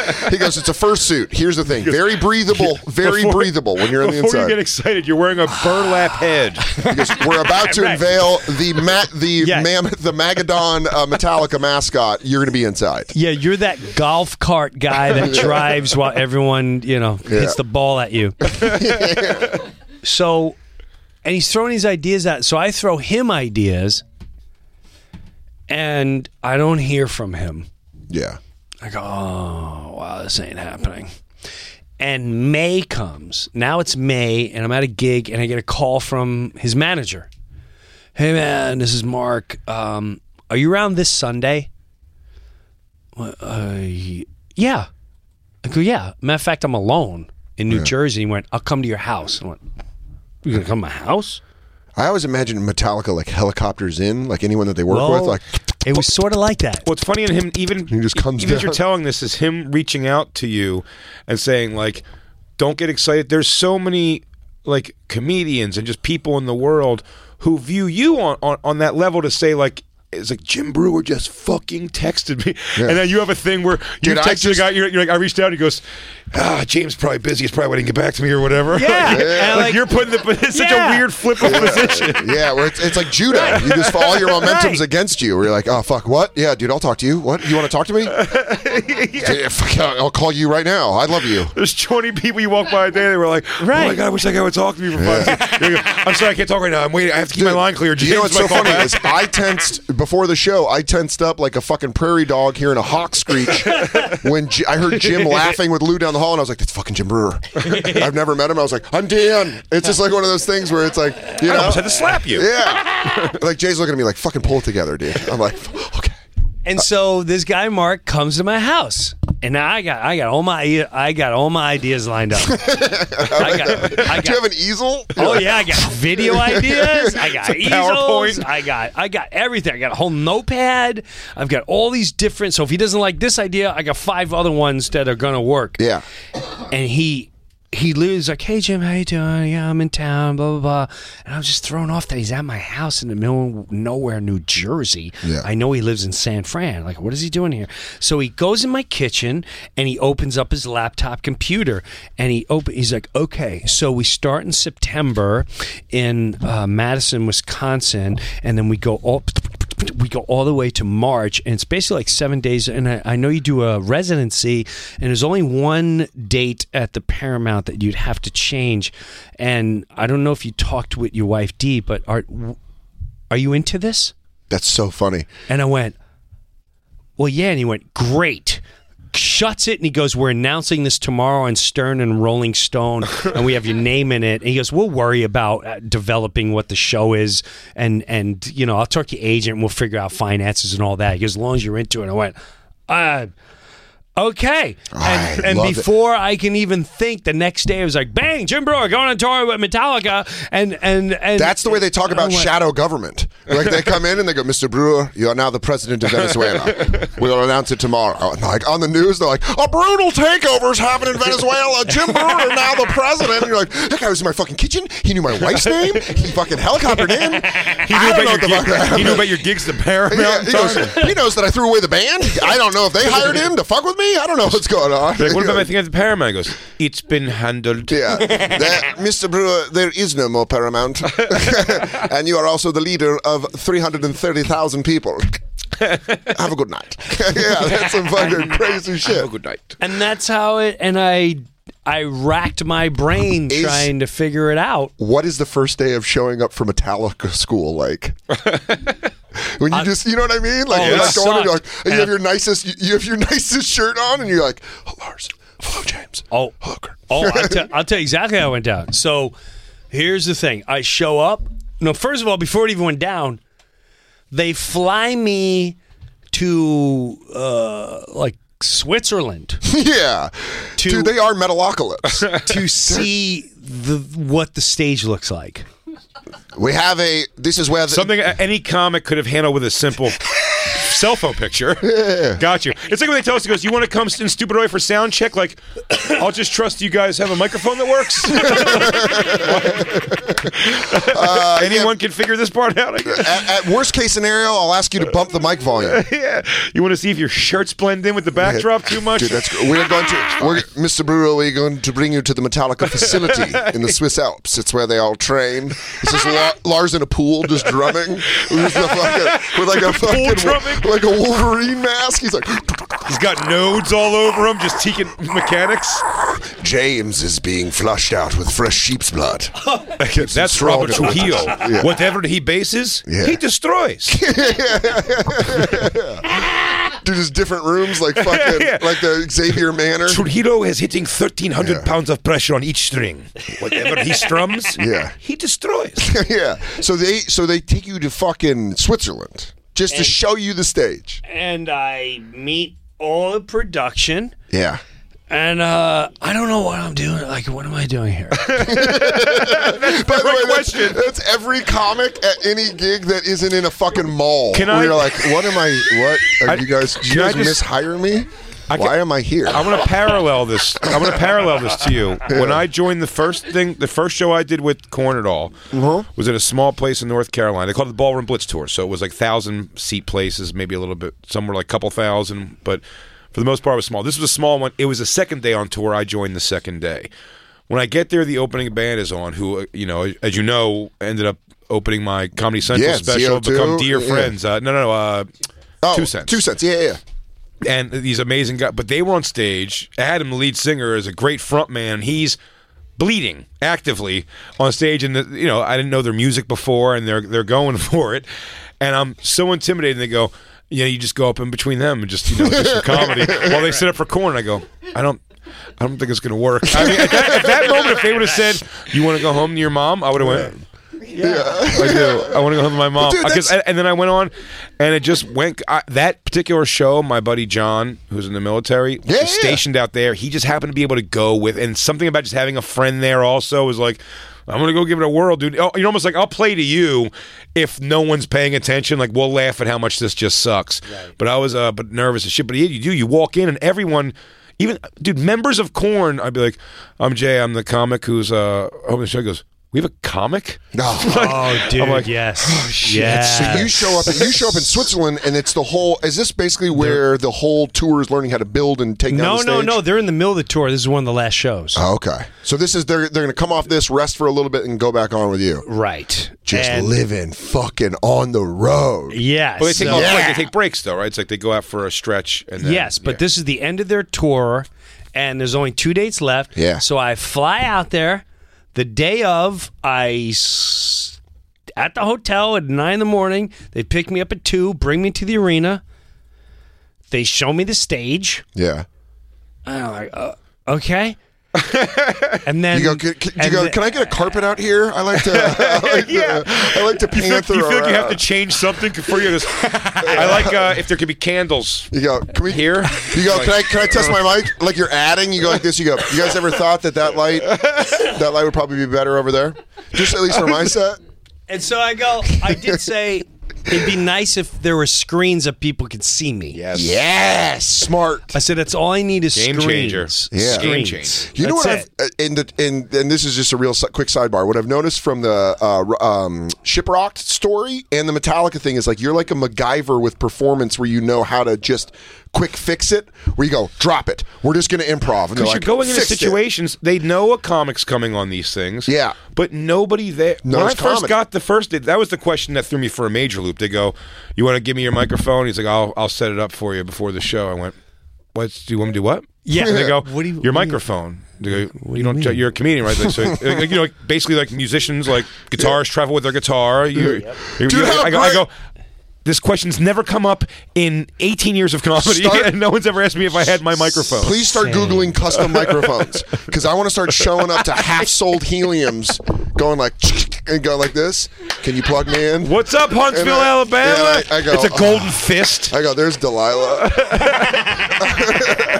Speaker 3: [LAUGHS]
Speaker 5: He goes, it's a fursuit. Here's the thing, very breathable, very breathable when you're on the
Speaker 3: Before you
Speaker 5: inside.
Speaker 3: get excited, you're wearing a burlap head.
Speaker 5: He goes, We're about to unveil the ma- the
Speaker 9: Yes.
Speaker 5: mammoth, the Magadon uh, Metallica mascot. You're going to be inside.
Speaker 9: yeah, you're that golf cart guy that drives while everyone, you know, hits the ball at you. so, and he's throwing these ideas out. So I throw him ideas and I don't hear from him.
Speaker 5: Yeah.
Speaker 9: I go, oh, wow, this ain't happening. And May comes. Now it's May, and I'm at a gig, and I get a call from his manager. Hey, man, this is Mark. Um, are you around this Sunday? "Well, Uh, yeah. I go, yeah. Matter of fact, I'm alone in New Jersey. He went, I'll come to your house. And I went, You're going to come to my house?
Speaker 5: I always imagine Metallica like helicopters in, like anyone that they work with,
Speaker 9: Well,
Speaker 5: like
Speaker 9: it was sort of like that.
Speaker 3: What's funny in him, even
Speaker 5: He just comes
Speaker 3: even as you're
Speaker 5: down.
Speaker 3: telling this, is him reaching out to you and saying like, "Don't get excited." There's so many like comedians and just people in the world who view you on on, on that level to say like. it's like Jim Brewer just fucking texted me, and then you have a thing where you
Speaker 5: Did I
Speaker 3: text the
Speaker 5: just-
Speaker 3: guy. You're, you're like, I reached out. He goes, Ah, James probably busy. He's probably waiting to get back to me or whatever. [LAUGHS]
Speaker 9: Yeah.
Speaker 3: like,
Speaker 9: Yeah.
Speaker 3: like you're putting the [LAUGHS] it's such
Speaker 9: Yeah.
Speaker 3: a weird flip of position.
Speaker 5: [LAUGHS] Yeah, where it's, it's like judo. You just all your momentum's
Speaker 9: Right.
Speaker 5: against you. Where you're like, oh fuck, what? Yeah, dude, I'll talk to you. What? You want to talk to
Speaker 3: [LAUGHS]
Speaker 5: me? yeah, fuck, I'll I'll call you right now. I love you.
Speaker 3: There's 20 people you walk by a day. They were like, "Oh my
Speaker 9: Right.
Speaker 3: god, I wish that guy would talk to me for five seconds." You're like, I'm sorry, I can't talk right now. I'm waiting. I have to keep my
Speaker 5: Dude,
Speaker 3: line clear. James
Speaker 5: you know what's
Speaker 3: might
Speaker 5: so
Speaker 3: call
Speaker 5: funny
Speaker 3: back."
Speaker 5: is I tensed before the show. I tensed up like a fucking prairie dog hearing a
Speaker 3: [LAUGHS]
Speaker 5: hawk screech when J- I heard Jim laughing with Lou down the hall, and I was like, "That's fucking Jim Brewer."
Speaker 3: [LAUGHS]
Speaker 5: I've never met him. I was like, "I'm Dan." It's just like one of those things where it's like, you
Speaker 3: I
Speaker 5: know,
Speaker 3: almost had to slap you.
Speaker 5: yeah. like Jay's looking at me like, "Fucking pull it together, dude." I'm like, "Okay."
Speaker 9: And so this guy Mark comes to my house, and I got I got all my I got all my ideas lined up. I got, I
Speaker 5: [LAUGHS] Do you
Speaker 9: got
Speaker 5: have an easel?
Speaker 9: [LAUGHS] Oh yeah, I got
Speaker 3: [LAUGHS]
Speaker 9: video ideas. I got
Speaker 3: It's a
Speaker 9: easels.
Speaker 3: PowerPoint.
Speaker 9: I got I got everything. I got a whole notepad. I've got all these different. So if he doesn't like this idea, I got five other ones that are gonna work.
Speaker 5: Yeah.
Speaker 9: And he he literally was like, "Hey Jim, how you doing? Yeah, I'm in town. Blah blah blah." And I was just thrown off that he's at my house in the middle of nowhere, New Jersey.
Speaker 5: Yeah.
Speaker 9: I know he lives in San Fran. Like, what is he doing here? So he goes in my kitchen and he opens up his laptop computer and he open. He's like, "Okay, so we start in September in uh, Madison, Wisconsin, and then we go all." We go all the way to March, and it's basically like seven days. And I, I know you do a residency, and there's only one date at the Paramount that you'd have to change. And I don't know if you talked with your wife Dee, but are are you into this?
Speaker 5: That's so funny.
Speaker 9: And I went, Well, yeah. And he went, Great. Shuts it and he goes, We're announcing this tomorrow on Stern and
Speaker 5: [LAUGHS]
Speaker 9: Rolling Stone, and we have your name in it. And he goes, We'll worry about uh, developing what the show is, and and you know, I'll talk to your agent, and we'll figure out finances and all that. He goes, As long as you're into it. And I went, uh, Okay. And,
Speaker 5: I
Speaker 9: and
Speaker 5: love it.
Speaker 9: before I can even think, the next day I was like, Bang, Jim Brewer going on tour with Metallica. And, and, and
Speaker 5: That's the way they talk
Speaker 9: I
Speaker 5: about
Speaker 9: went,
Speaker 5: shadow government. Like they come in and they go, "Mr. Brewer, you are now the president of Venezuela.
Speaker 9: [LAUGHS]
Speaker 5: We'll announce it tomorrow." And like on the news, they're like, "A brutal takeover is
Speaker 9: [LAUGHS]
Speaker 5: happening in Venezuela. Jim Brewer now the president." And you're like, "That guy was in my fucking kitchen. He knew my wife's name. He fucking helicoptered in.
Speaker 9: [LAUGHS]
Speaker 3: He knew,
Speaker 5: I
Speaker 3: about
Speaker 5: don't know
Speaker 3: your
Speaker 5: what the fuck
Speaker 3: gig- he knew
Speaker 5: that happened."
Speaker 3: about your gigs to Paramount.
Speaker 5: Yeah, he,
Speaker 3: Sorry.
Speaker 5: goes, he knows that I threw away the band. I don't know if they hired him to fuck with me. I don't know what's going on.
Speaker 3: Like, what about my thing at the Paramount? He goes, it's been handled.
Speaker 5: Yeah, That- Mr. Brewer, there is no more Paramount, [LAUGHS] and you are also the leader of three hundred and thirty thousand people. Have a good night. [LAUGHS] yeah, that's some fucking crazy shit.
Speaker 3: Good night.
Speaker 9: and that's how it and i i racked my brain
Speaker 5: Is-
Speaker 9: trying to figure it out
Speaker 5: What is the first day of showing up for Metallica school like? When you just, you know what I mean? Like,
Speaker 9: Oh,
Speaker 5: you're
Speaker 9: it
Speaker 5: like going and you're like,
Speaker 9: sucked.
Speaker 5: and you have
Speaker 9: And-
Speaker 5: your nicest, you- you have your [LAUGHS] nicest shirt on, and you're like, oh, Lars, hello, James. [LAUGHS]
Speaker 9: oh
Speaker 5: Hooker.
Speaker 9: oh I'll, tell I'll tell you exactly how it went down so here's the thing i show up no first of all before it even went down they fly me to uh like switzerland
Speaker 3: [LAUGHS]
Speaker 5: yeah, dude, they are
Speaker 9: [LAUGHS]
Speaker 5: Metalocalypse.
Speaker 9: to see the what the stage looks like
Speaker 5: we have a. This is where the,
Speaker 3: Something a- any comic could have handled with a simple
Speaker 5: [LAUGHS]
Speaker 3: cell phone picture. Got you. It's like when they tell us, he goes, you want to come in stupid way for sound check? Like, [COUGHS] I'll just trust you guys have a microphone that
Speaker 5: [LAUGHS]
Speaker 3: works. [LAUGHS]
Speaker 5: Uh,
Speaker 3: [LAUGHS] Anyone can figure this part out, I guess.
Speaker 5: At, at worst case scenario, I'll ask you to bump the mic volume.
Speaker 3: Yeah. You want to see if your shirts blend in with the backdrop too much?
Speaker 5: Dude, that's gr- we're going to
Speaker 3: [LAUGHS]
Speaker 5: we're, Mr. Brewer. We're going to bring you to the Metallica facility in the Swiss Alps. It's where they all train. It's just La- Lars in a pool, just drumming with, the fucking, with like a fucking
Speaker 3: drumming?
Speaker 5: like a Wolverine mask. He's like,
Speaker 3: He's got nodes all over him, just teaking mechanics.
Speaker 5: James is being flushed out with fresh sheep's blood. Keeps him
Speaker 3: [LAUGHS] That's
Speaker 5: strong
Speaker 3: Robert
Speaker 5: and-
Speaker 3: Trujillo.
Speaker 5: Yeah.
Speaker 3: Whatever he bases,
Speaker 5: Yeah.
Speaker 3: he destroys.
Speaker 5: Dude, there's different rooms like fucking
Speaker 3: [LAUGHS] Yeah.
Speaker 5: like the Xavier Manor.
Speaker 3: Trujillo is hitting 1,300
Speaker 5: Yeah.
Speaker 3: pounds of pressure on each [LAUGHS] string. Whatever he strums,
Speaker 5: Yeah.
Speaker 3: he destroys.
Speaker 5: [LAUGHS] yeah. So they so they take you to fucking Switzerland just to show you the stage.
Speaker 9: and i meet all the production
Speaker 5: Yeah.
Speaker 9: And uh, I don't know what I'm doing. Like, what am I doing [LAUGHS] here?
Speaker 5: [LAUGHS] By the way, that's,
Speaker 3: question.
Speaker 5: that's every comic at any gig that isn't in a fucking mall.
Speaker 3: Can
Speaker 5: where
Speaker 3: I-
Speaker 5: You're like, what am I? What are
Speaker 3: I-
Speaker 5: you guys? Do you
Speaker 3: can I
Speaker 5: guys
Speaker 3: just-
Speaker 5: mishire me? Why am I here?
Speaker 3: I'm gonna parallel this. I'm gonna parallel this to you. When I joined the first thing, the first show I did with Corn at all
Speaker 5: Uh-huh.
Speaker 3: was at a small place in North Carolina. They called it the Ballroom Blitz Tour, so it was like thousand seat places, maybe a little bit. Some were like couple thousand, but for the most part, it was small. This was a small one. It was the second day on tour. I joined the second day. When I get there, the opening band is on. Who uh, you know, as you know, ended up opening my Comedy Central
Speaker 5: Yeah,
Speaker 3: special,
Speaker 5: CO2,
Speaker 3: become dear
Speaker 5: yeah.
Speaker 3: friends. Uh, no, no, no. Uh,
Speaker 5: Oh,
Speaker 3: two cents
Speaker 5: Two cents. Yeah, yeah, yeah.
Speaker 3: and these amazing guys. But they were on stage. Adam, the lead singer, is a great front man. He's bleeding actively on stage, and the, you know I didn't know their music before, and they're they're going [LAUGHS] for it, and I'm so intimidated. And they go, you know, you just go up in between them and just you know do some comedy while they sit up for corn. I go, I don't. I don't think it's going to work. I mean, at, that, at that moment, if they would have said, "You want to go home to your mom," I would have went. I do. I want to go home to my mom.
Speaker 5: Dude,
Speaker 3: 'Cause- and then I went on, and it just went. I, that particular show, my buddy John, who's in the military, was
Speaker 5: Yeah,
Speaker 3: just
Speaker 5: yeah.
Speaker 3: stationed out there. He just happened to be able to go with, and something about just having a friend there also was like. I'm gonna go give it a whirl, dude. Oh, You're almost like I'll play to you if no one's paying attention. Like we'll laugh at how much this just sucks. But I was, uh, but nervous as shit. But yeah, you do. You walk in and everyone, even dude, members of Corn. I'd be like, I'm Jay. I'm the comic who's uh, opening the show. He Goes, we have a comic.
Speaker 5: No.
Speaker 9: Oh, dude,
Speaker 3: like,
Speaker 9: yes.
Speaker 5: So you show up. You show up in Switzerland, and it's the whole. Is this basically where the whole tour is learning how to build and take?
Speaker 9: no,
Speaker 5: down the
Speaker 9: no,
Speaker 5: stage?
Speaker 9: no. They're in the middle of the tour. This is one of the last shows.
Speaker 5: Oh, okay. So this is they're they're gonna come off this, rest for a little bit, and go back on with you.
Speaker 9: Right.
Speaker 5: Just
Speaker 9: And-
Speaker 5: living fucking on the road.
Speaker 9: Yes.
Speaker 3: But they take,
Speaker 9: so-
Speaker 3: off break- they take breaks though, right? It's like they go out for a stretch and then,
Speaker 9: Yes, but
Speaker 3: yeah.
Speaker 9: this is the end of their tour, and there's only two dates left.
Speaker 5: Yeah.
Speaker 9: So I fly out there the day of. I s- at the hotel at nine in the morning. They pick me up at two, bring me to the arena. They show me the stage.
Speaker 5: Yeah.
Speaker 9: And I'm like, uh,
Speaker 5: [LAUGHS]
Speaker 9: okay. and then
Speaker 5: You go. Can, can, you
Speaker 9: and
Speaker 5: go,
Speaker 9: the-
Speaker 5: can I get a carpet out here? I like to. [LAUGHS] I like yeah. To, I like to
Speaker 3: you feel,
Speaker 5: panther.
Speaker 3: you feel like you have to
Speaker 5: around.
Speaker 3: change something for you. Just, [LAUGHS] I like uh, if there could be candles
Speaker 5: You go. Can we
Speaker 3: here.
Speaker 5: You go. Can I? Can I test my mic? Like you're adding. You go like this. You go. You guys ever thought that that light, that light would probably be better over there? Just at least for my set.
Speaker 9: [LAUGHS] And so I go. I did say it'd be nice if there were screens that people could see me. Yeah.
Speaker 5: Yes. Smart.
Speaker 9: I said that's all I need is
Speaker 3: Game
Speaker 9: screens.
Speaker 3: changer.
Speaker 5: Yeah.
Speaker 3: Game
Speaker 9: Screens.
Speaker 3: changer.
Speaker 5: You know
Speaker 9: That's
Speaker 5: what? I've,
Speaker 9: it.
Speaker 5: uh, in the in and this is just a real si- quick sidebar. What I've noticed from the uh, r- um, Shiprocked story and the Metallica thing is like you're like a MacGyver with performance, where you know how to just quick fix it. Where you go, drop it. We're just going to improv. And they're
Speaker 3: Because
Speaker 5: like,
Speaker 3: you're going into
Speaker 5: "Fixed it."
Speaker 3: situations, they know a comic's coming on these things.
Speaker 5: Yeah.
Speaker 3: But nobody there. when I
Speaker 5: Knows
Speaker 3: first
Speaker 5: comedy.
Speaker 3: got the first, that was the question that threw me for a major loop. They go, You want to give me your microphone? He's like, I'll, I'll set it up for you before the show. I went, What? Do you want me to do what?
Speaker 9: Yeah.
Speaker 3: And they
Speaker 5: [LAUGHS]
Speaker 3: go,
Speaker 9: What do
Speaker 3: Your
Speaker 9: you- what do you-
Speaker 3: microphone. They go, you don't. ju- You're a comedian, right? Like, so,
Speaker 5: [LAUGHS]
Speaker 3: like, you know, like, basically, like musicians, like guitarists travel with their guitar. You, you-
Speaker 5: Dude,
Speaker 3: you-
Speaker 5: how
Speaker 3: I, go, I
Speaker 5: great-
Speaker 3: go. This question's never come up in 18 years of comedy,
Speaker 5: Start-
Speaker 3: [LAUGHS] and no one's ever asked me if I had my microphone.
Speaker 5: Please start googling
Speaker 3: [LAUGHS]
Speaker 5: custom microphones because I want to start showing up to half-sold heliums, going like [LAUGHS] and go like this. Can you plug me in?
Speaker 3: What's up, Huntsville,
Speaker 5: And I-
Speaker 3: Alabama?
Speaker 5: and I- I go,
Speaker 3: it's a golden
Speaker 5: "Ah."
Speaker 3: fist.
Speaker 5: I go, there's Delilah.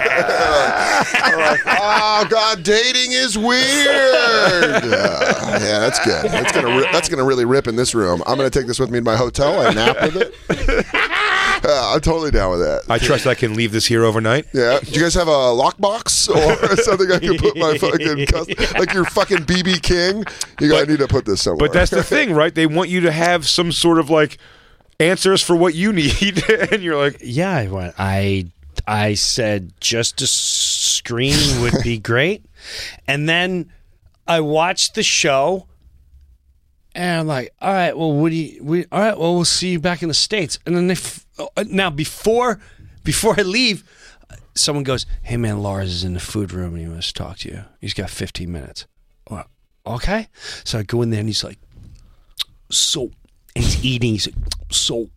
Speaker 5: [LAUGHS] I'm like, oh God, dating is weird. [LAUGHS] Yeah, yeah, that's good. That's gonna re- that's gonna really rip in this room. I'm gonna take this with me to my hotel. I nap with it. [LAUGHS] Yeah, I'm totally down with that.
Speaker 3: I trust I can leave this here overnight.
Speaker 5: Yeah. Do you guys have a lockbox or [LAUGHS] something I can put my fucking cus- like your fucking BB King? You go, I need to put this somewhere.
Speaker 3: But that's the thing, right? They want you to have some sort of like answers for what
Speaker 8: [LAUGHS]
Speaker 3: you need, and you're like,
Speaker 9: Yeah, I went. I I said just a s- screen would be great, and then I watched the show, and I'm like, all right, well, what do you? We all right, well, we'll see you back in the states. And then they f- oh, uh, now before before I leave, someone goes, hey man, Lars is in the food room and he wants to talk to you. He's got 15 minutes. Well, okay, so I go in there and he's like, so, and he's eating. He's like, so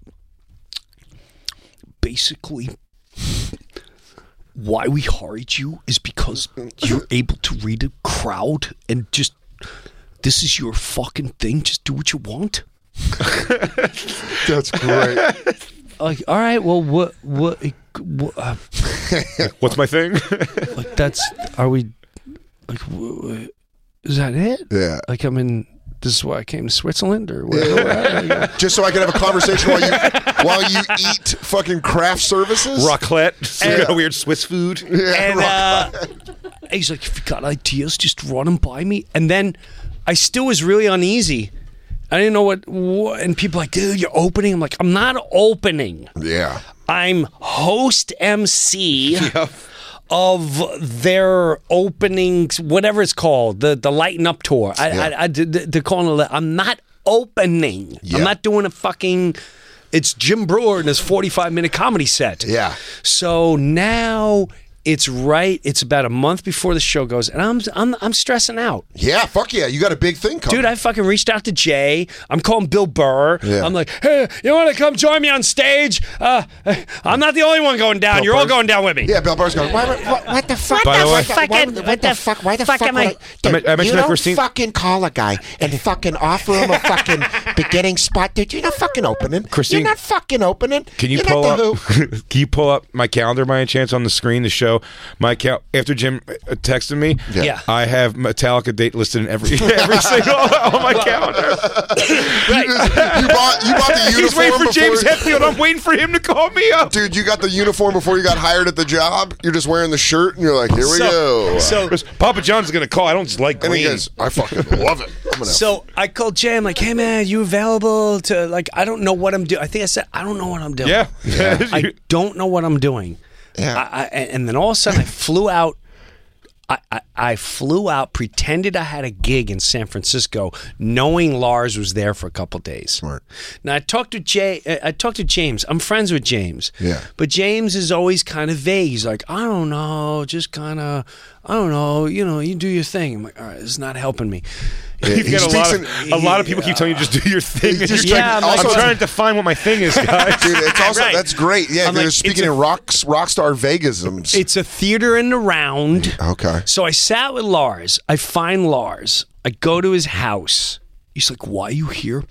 Speaker 9: basically why we hired you is because you're able to read a crowd and just this is your fucking thing just do what you want
Speaker 5: [LAUGHS] that's great.
Speaker 9: like all right well what what, what uh,
Speaker 3: "What's my
Speaker 5: [LAUGHS]
Speaker 3: thing?"
Speaker 9: like that's are we like wh- wh- is that it
Speaker 5: Yeah.
Speaker 9: like i mean This is why I came to Switzerland or whatever.
Speaker 5: Just so I can have a conversation while you while you eat fucking craft services.
Speaker 9: And-
Speaker 5: [LAUGHS]
Speaker 7: Raclette,
Speaker 8: [LAUGHS]
Speaker 7: weird Swiss food.
Speaker 9: and uh, he's like, if you got ideas, just run them by me. And then I still was really uneasy. I didn't know what, what and people like, dude, you're opening. I'm like, I'm not opening.
Speaker 5: Yeah.
Speaker 9: I'm host
Speaker 5: [LAUGHS]
Speaker 9: MC of their opening, whatever it's called, the the lighten up tour. I, I, I did- they're calling it. a li- I'm not opening.
Speaker 5: Yeah.
Speaker 9: I'm not doing a fucking. It's Jim Brewer and his 45 minute comedy set.
Speaker 5: Yeah.
Speaker 9: So now it's right. It's about a month before the show goes, and I'm I'm I'm stressing out.
Speaker 5: Yeah. Fuck yeah. You got a big thing coming.
Speaker 9: Dude, I fucking reached out to Jay. I'm calling Bill Burr.
Speaker 5: Yeah.
Speaker 9: I'm like, hey, you want to come join me on stage? Uh, I'm not the only one going down. You're all going down with me.
Speaker 5: yeah. Bill Barr's going. Why,
Speaker 9: [LAUGHS]
Speaker 5: why, why,
Speaker 10: What the fuck?
Speaker 8: By the way-
Speaker 10: fucking, what the fuck? Why the fuck,
Speaker 9: am
Speaker 10: would
Speaker 9: I-
Speaker 8: I
Speaker 10: Dude,
Speaker 8: men- I mentioned
Speaker 10: you
Speaker 8: that
Speaker 10: don't
Speaker 8: Christine-
Speaker 10: fucking call a guy and fucking offer him a fucking
Speaker 9: [LAUGHS]
Speaker 10: beginning spot, dude. You're not fucking opening.
Speaker 8: Christine-
Speaker 10: you're not fucking opening.
Speaker 8: Can you
Speaker 10: You're
Speaker 8: pull
Speaker 10: not the
Speaker 8: [LAUGHS] up?
Speaker 10: Who.
Speaker 8: Can you pull up my calendar by any chance on the screen? The show, my cal- after Jim uh, texted me,
Speaker 9: Yeah.
Speaker 8: I have Metallica date listed in every [LAUGHS] every single on my calendar.
Speaker 5: you, just- you bought you bought [LAUGHS] the uniform.
Speaker 8: He's waiting for
Speaker 5: before,
Speaker 8: James Hetfield. I'm waiting for him to call me up.
Speaker 5: Dude, you got the uniform before you got hired at the job. You're just wearing the shirt, and you're like, "Here we go."
Speaker 9: So
Speaker 8: Because Papa John's gonna call. I don't just like
Speaker 5: and he
Speaker 8: green.
Speaker 5: goes, "I fucking [LAUGHS] love it." I'm gonna
Speaker 9: so I called Jay. I'm like, hey man, you available to like? I don't know what I'm doing. I think I said I don't know what I'm doing.
Speaker 8: yeah, [LAUGHS]
Speaker 3: [LAUGHS]
Speaker 9: I don't know what I'm doing.
Speaker 10: Yeah.
Speaker 9: I, I, and then all of a sudden, I flew out. I, I, I flew out, pretended I had a gig in San Francisco, knowing Lars was there for a couple days. Smart. Now I talked to Jay. uh, I talked to James. I'm friends with James.
Speaker 5: Yeah.
Speaker 9: But James is always kind of vague. He's like, I don't know, just kind of, I don't know. You know, you do your thing. I'm like, all right, it's not helping me.
Speaker 8: You've
Speaker 5: he
Speaker 8: got a
Speaker 5: speaks
Speaker 8: lot, of,
Speaker 5: in-
Speaker 8: a lot of people keep telling you just do your thing. And you're
Speaker 5: just-
Speaker 8: trying,
Speaker 9: Yeah, I'm
Speaker 8: I'm
Speaker 5: also-
Speaker 8: trying to define what my thing
Speaker 5: [LAUGHS]
Speaker 8: is,
Speaker 5: Dude,
Speaker 8: guys.
Speaker 5: it's also
Speaker 9: [LAUGHS] Right.
Speaker 5: that's great. Yeah,
Speaker 9: I'm
Speaker 5: they're
Speaker 9: like, it's
Speaker 5: speaking
Speaker 9: a-
Speaker 5: in rocks, rock star Vegasms.
Speaker 9: It's a theater in the round.
Speaker 5: okay.
Speaker 9: So I sat with Lars. I find Lars. I go to his house. He's like, "Why are you here?"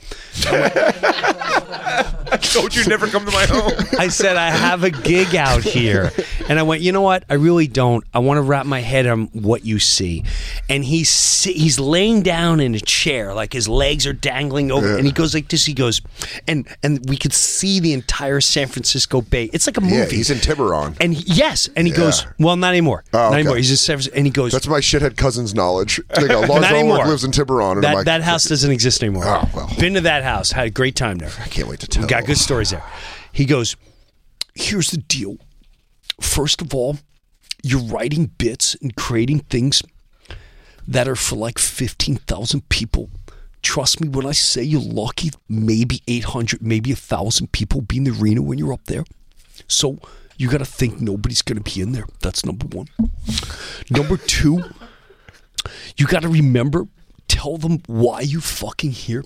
Speaker 8: Don't you never come to my home.
Speaker 9: I said, "I have a gig out here," and I went, "You know what? I really don't. I want to wrap my head on what you see." And he's si- he's laying down in a chair, like his legs are dangling over, and he goes like this. He goes, and and we could see the entire San Francisco Bay. It's like a movie.
Speaker 5: Yeah, he's in Tiburon. Oh,
Speaker 9: and he, yes, and he goes, "Well, not anymore. not
Speaker 5: okay.
Speaker 9: anymore." He's in San Francisco, and he goes,
Speaker 5: That's my shithead cousin's knowledge. Like
Speaker 9: [LAUGHS]
Speaker 5: a large
Speaker 9: Not anymore.
Speaker 5: lives in Tiburon. And I'm
Speaker 9: That,
Speaker 5: like,
Speaker 9: that house doesn't exist anymore.
Speaker 5: Oh, well.
Speaker 9: Been to that house. Had a great time there.
Speaker 5: I can't wait to tell.
Speaker 9: Got good stories there. He goes, Here's the deal. First of all, you're writing bits and creating things that are for like 15,000 people. Trust me when I say you're lucky, maybe 800, maybe 1,000 people be in the arena when you're up there. So you got to think nobody's going to be in there. That's number one. Number two, you got to remember, tell them why you fucking here.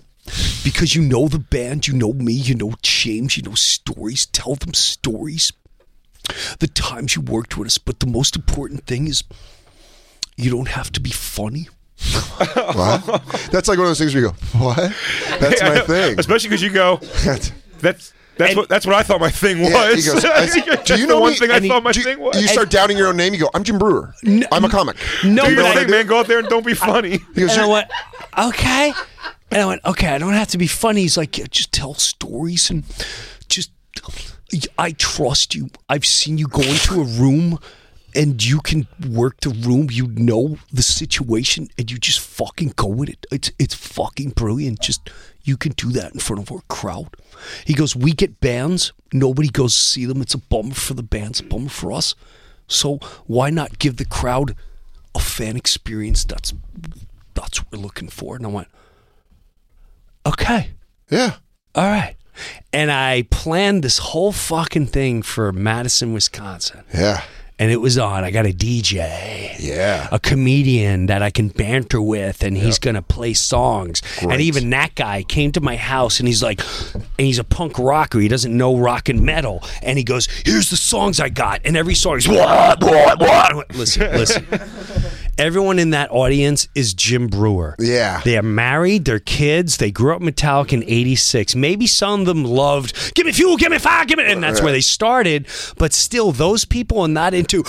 Speaker 9: Because you know the band, you know me, you know James, you know stories. Tell them stories. The times you worked with us. But the most important thing is you don't have to be funny.
Speaker 5: What? That's like one of those things where you go, what? [LAUGHS]
Speaker 8: [LAUGHS]
Speaker 5: That's
Speaker 9: [LAUGHS]
Speaker 5: my thing.
Speaker 8: Especially because you go. That's that's what that's what I thought my thing was.
Speaker 5: Yeah, he
Speaker 8: [LAUGHS]
Speaker 5: goes,
Speaker 9: [LAUGHS]
Speaker 8: That's
Speaker 5: "I- do you
Speaker 8: the
Speaker 5: know
Speaker 8: one
Speaker 5: me?"
Speaker 8: thing I
Speaker 5: And he-
Speaker 8: thought my
Speaker 5: do you-
Speaker 8: thing was?
Speaker 5: You start doubting your own name. You go, I'm Jim Brewer. I'm a comic.
Speaker 9: No,
Speaker 8: do
Speaker 9: but
Speaker 8: your
Speaker 9: I-
Speaker 8: thing, man. Go out there and don't
Speaker 5: [LAUGHS]
Speaker 8: be funny.
Speaker 5: He goes,
Speaker 9: And I
Speaker 5: "You're-
Speaker 9: went, okay. And I went, okay, I don't have to be funny. He's like, yeah, just tell stories and just, I trust you. I've seen you go into a room and you can work the room. You know the situation and you just fucking go with it. It's, it's fucking brilliant. Just, you can do that in front of our crowd. He goes, we get bands. Nobody goes to see them. It's a bummer for the bands, a bummer for us. So why not give the crowd a fan experience that's that's what we're looking for. And I went, okay,
Speaker 5: yeah.
Speaker 9: all right. And I planned this whole fucking thing for Madison, Wisconsin.
Speaker 5: Yeah.
Speaker 9: And it was on. I got a DJ,
Speaker 5: Yeah.
Speaker 9: a comedian that I can banter with, and he's going to play songs. And even that guy came to my house and he's like, and he's a punk rocker. He doesn't know rock and metal. And he goes, Here's the songs I got. And every song is, what, what, what? I went, Listen, listen. Everyone in that audience is Jim Brewer.
Speaker 5: Yeah.
Speaker 9: They're married, they're kids, they grew up Metallica in 86. Maybe some of them loved, give me fuel, give me fire, give me, and that's where they started. But still, those people are not into,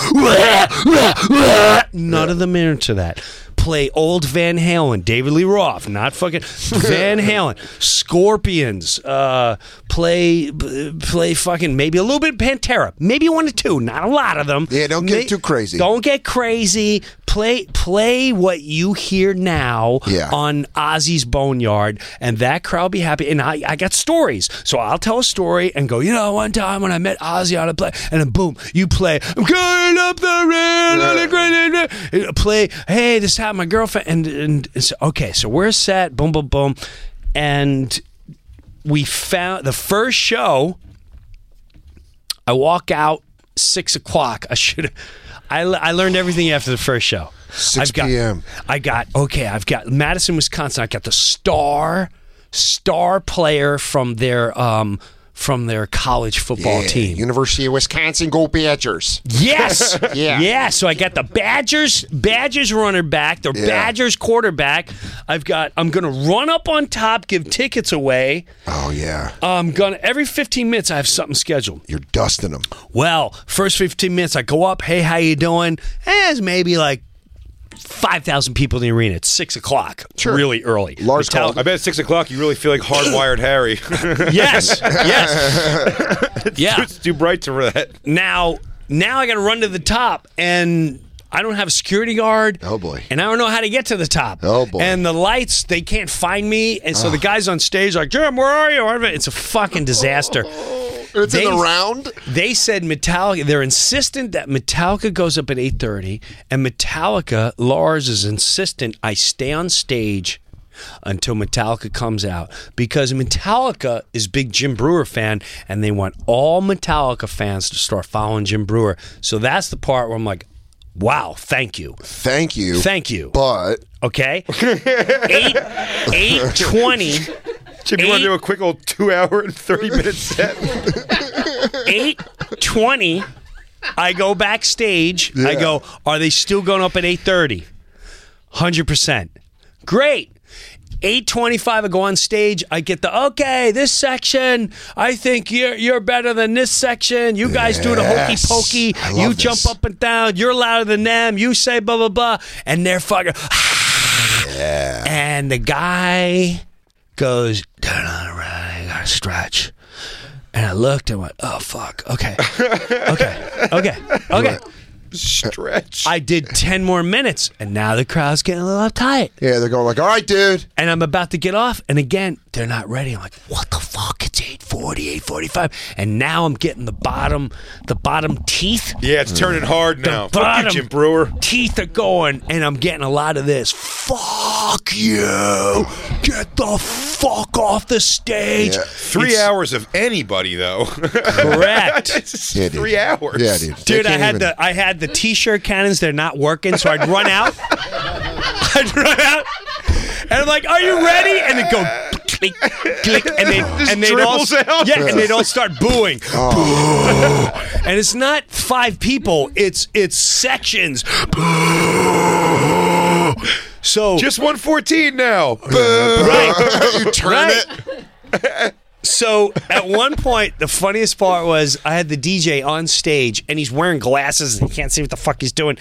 Speaker 9: none of them are into that. play old Van Halen, David Lee Roth, not
Speaker 5: [LAUGHS]
Speaker 9: fucking Van Halen, Scorpions, uh, play b- play fucking maybe a little bit of Pantera, maybe one or two, not a lot of them.
Speaker 5: Yeah, don't get
Speaker 9: Ma-
Speaker 5: too crazy.
Speaker 9: Don't get crazy. Play play what you hear now
Speaker 5: Yeah.
Speaker 9: on Ozzy's Boneyard, and that crowd be happy. And I, I got stories, so I'll tell a story and go. You know, one time when I met Ozzy on a play, and then boom, you play. I'm going up the rail on a great and play. Hey, this happened to my girlfriend, and and it's, okay, so we're set. Boom, boom, boom, and we found the first show. I walk out six o'clock. I should. I, I learned everything after the first show.
Speaker 5: 6
Speaker 9: I've got,
Speaker 5: p.m..
Speaker 9: I got okay. I've got Madison, Wisconsin. I got the star star player from their um from their college football team.
Speaker 10: University of Wisconsin, go Badgers.
Speaker 9: Yes.
Speaker 10: Yeah.
Speaker 9: Yeah. So I got the Badgers, Badgers runner back, the Badgers quarterback. I've got. I'm gonna run up on top, give tickets away.
Speaker 5: Oh yeah,
Speaker 9: I'm Um, gonna every 15 minutes. I have something scheduled.
Speaker 5: you're dusting them.
Speaker 9: Well, first 15 minutes, I go up. Hey, how you doing? Eh, it's maybe like 5,000 people in the arena. It's 6 o'clock. Really early.
Speaker 5: Lars
Speaker 9: Metallica-
Speaker 8: I bet at six o'clock you really feel like hardwired [LAUGHS] Harry.
Speaker 5: [LAUGHS]
Speaker 9: Yes. yes. yeah.
Speaker 8: it's too bright to that.
Speaker 9: Now, now I got to run to the top and... I don't have a security guard.
Speaker 5: Oh, boy.
Speaker 9: And I don't know how to get to the top.
Speaker 5: Oh, boy. Ah.
Speaker 9: And the lights, they can't find me. And so the guys on stage are like, Jim, where are you? It's a fucking disaster.
Speaker 5: It's
Speaker 9: They-
Speaker 5: in the round.
Speaker 9: they said Metallica. They're insistent that Metallica goes up at eight thirty, and Metallica Lars is insistent I stay on stage until Metallica comes out because Metallica is big Jim Brewer fan, and they want all Metallica fans to start following Jim Brewer. So that's the part where I'm like, wow, thank you,
Speaker 5: Thank you.
Speaker 9: thank you.
Speaker 5: But
Speaker 9: Okay, [LAUGHS] eight eight twenty.
Speaker 8: Jim, you want
Speaker 9: Eight-
Speaker 8: to do a quick old two hour and 30 minute
Speaker 5: [LAUGHS]
Speaker 8: set?
Speaker 9: eight twenty, I go backstage. I go, are they still going up at eight thirty? Hundred percent. Great. 825 I go on stage I get the okay this section I think you're you're better than this section you guys do the hokey
Speaker 5: Yes.
Speaker 9: pokey
Speaker 5: I love
Speaker 9: you
Speaker 5: this.
Speaker 9: jump up and down you're louder than them you say blah blah blah and they're fucking and the guy goes turn on around I gotta stretch and I looked and went, oh, fuck. Okay. Okay. Okay. Okay.
Speaker 8: Stretch.
Speaker 9: I did 10 more minutes, and now the crowd's getting a little uptight.
Speaker 5: yeah, they're going like, all right, dude.
Speaker 9: And I'm about to get off, and again, they're not ready. I'm like, what the fuck? It's 840, 845. And now I'm getting the bottom, the bottom teeth.
Speaker 8: yeah, it's turning hard now. Fuck you,
Speaker 9: bottom-
Speaker 8: Jim Brewer.
Speaker 9: Teeth are going, and I'm getting a lot of this. Fuck you. Get the fuck off the stage.
Speaker 5: Yeah.
Speaker 8: Three hours of anybody, though. [LAUGHS]
Speaker 9: Correct.
Speaker 8: It's just
Speaker 5: Yeah, dude.
Speaker 8: three hours.
Speaker 5: Yeah, dude. They
Speaker 9: Dude, I
Speaker 5: can't
Speaker 9: had
Speaker 5: even-
Speaker 9: the I had the t-shirt cannons. They're not working, so I'd run out. [LAUGHS] I'd run out, and I'm like, "Are you ready?" And it go click, click,
Speaker 5: [LAUGHS]
Speaker 9: and they and they'd all
Speaker 8: dribbles out.
Speaker 9: yeah, and they'd all start booing.
Speaker 5: Oh.
Speaker 9: Boo. and it's not five people; it's it's sections. Boo. So
Speaker 8: Just 114 now.
Speaker 5: [LAUGHS]
Speaker 9: right,
Speaker 5: you turn
Speaker 9: Right.
Speaker 5: it.
Speaker 9: So at one point, the funniest part was I had the DJ on stage and he's wearing glasses and he can't see what the fuck he's doing.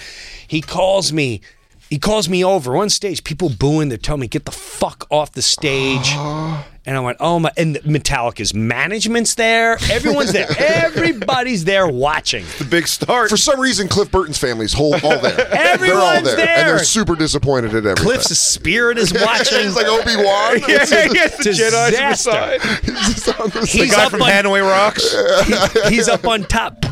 Speaker 9: He calls me. He calls me over on stage. People booing. They're telling me, get the fuck off the stage. And I went, oh my. And Metallica's management's there.
Speaker 5: [LAUGHS]
Speaker 9: Everyone's there. Everybody's there watching.
Speaker 8: The big start.
Speaker 5: For some reason, Cliff Burton's family's whole all there. they're all
Speaker 9: Everyone's
Speaker 5: there,
Speaker 9: there.
Speaker 5: and they're super disappointed at everything.
Speaker 9: Cliff's spirit is
Speaker 5: [LAUGHS]
Speaker 9: watching.
Speaker 5: He's like
Speaker 9: [LAUGHS]
Speaker 5: Obi Wan.
Speaker 8: yeah, yeah, the Jedi's on the side.
Speaker 9: Disaster. He's
Speaker 8: Guy
Speaker 9: up
Speaker 8: from
Speaker 9: on,
Speaker 8: Hanoi
Speaker 5: [LAUGHS]
Speaker 8: Rocks.
Speaker 5: Oh,
Speaker 9: he- he's up on top.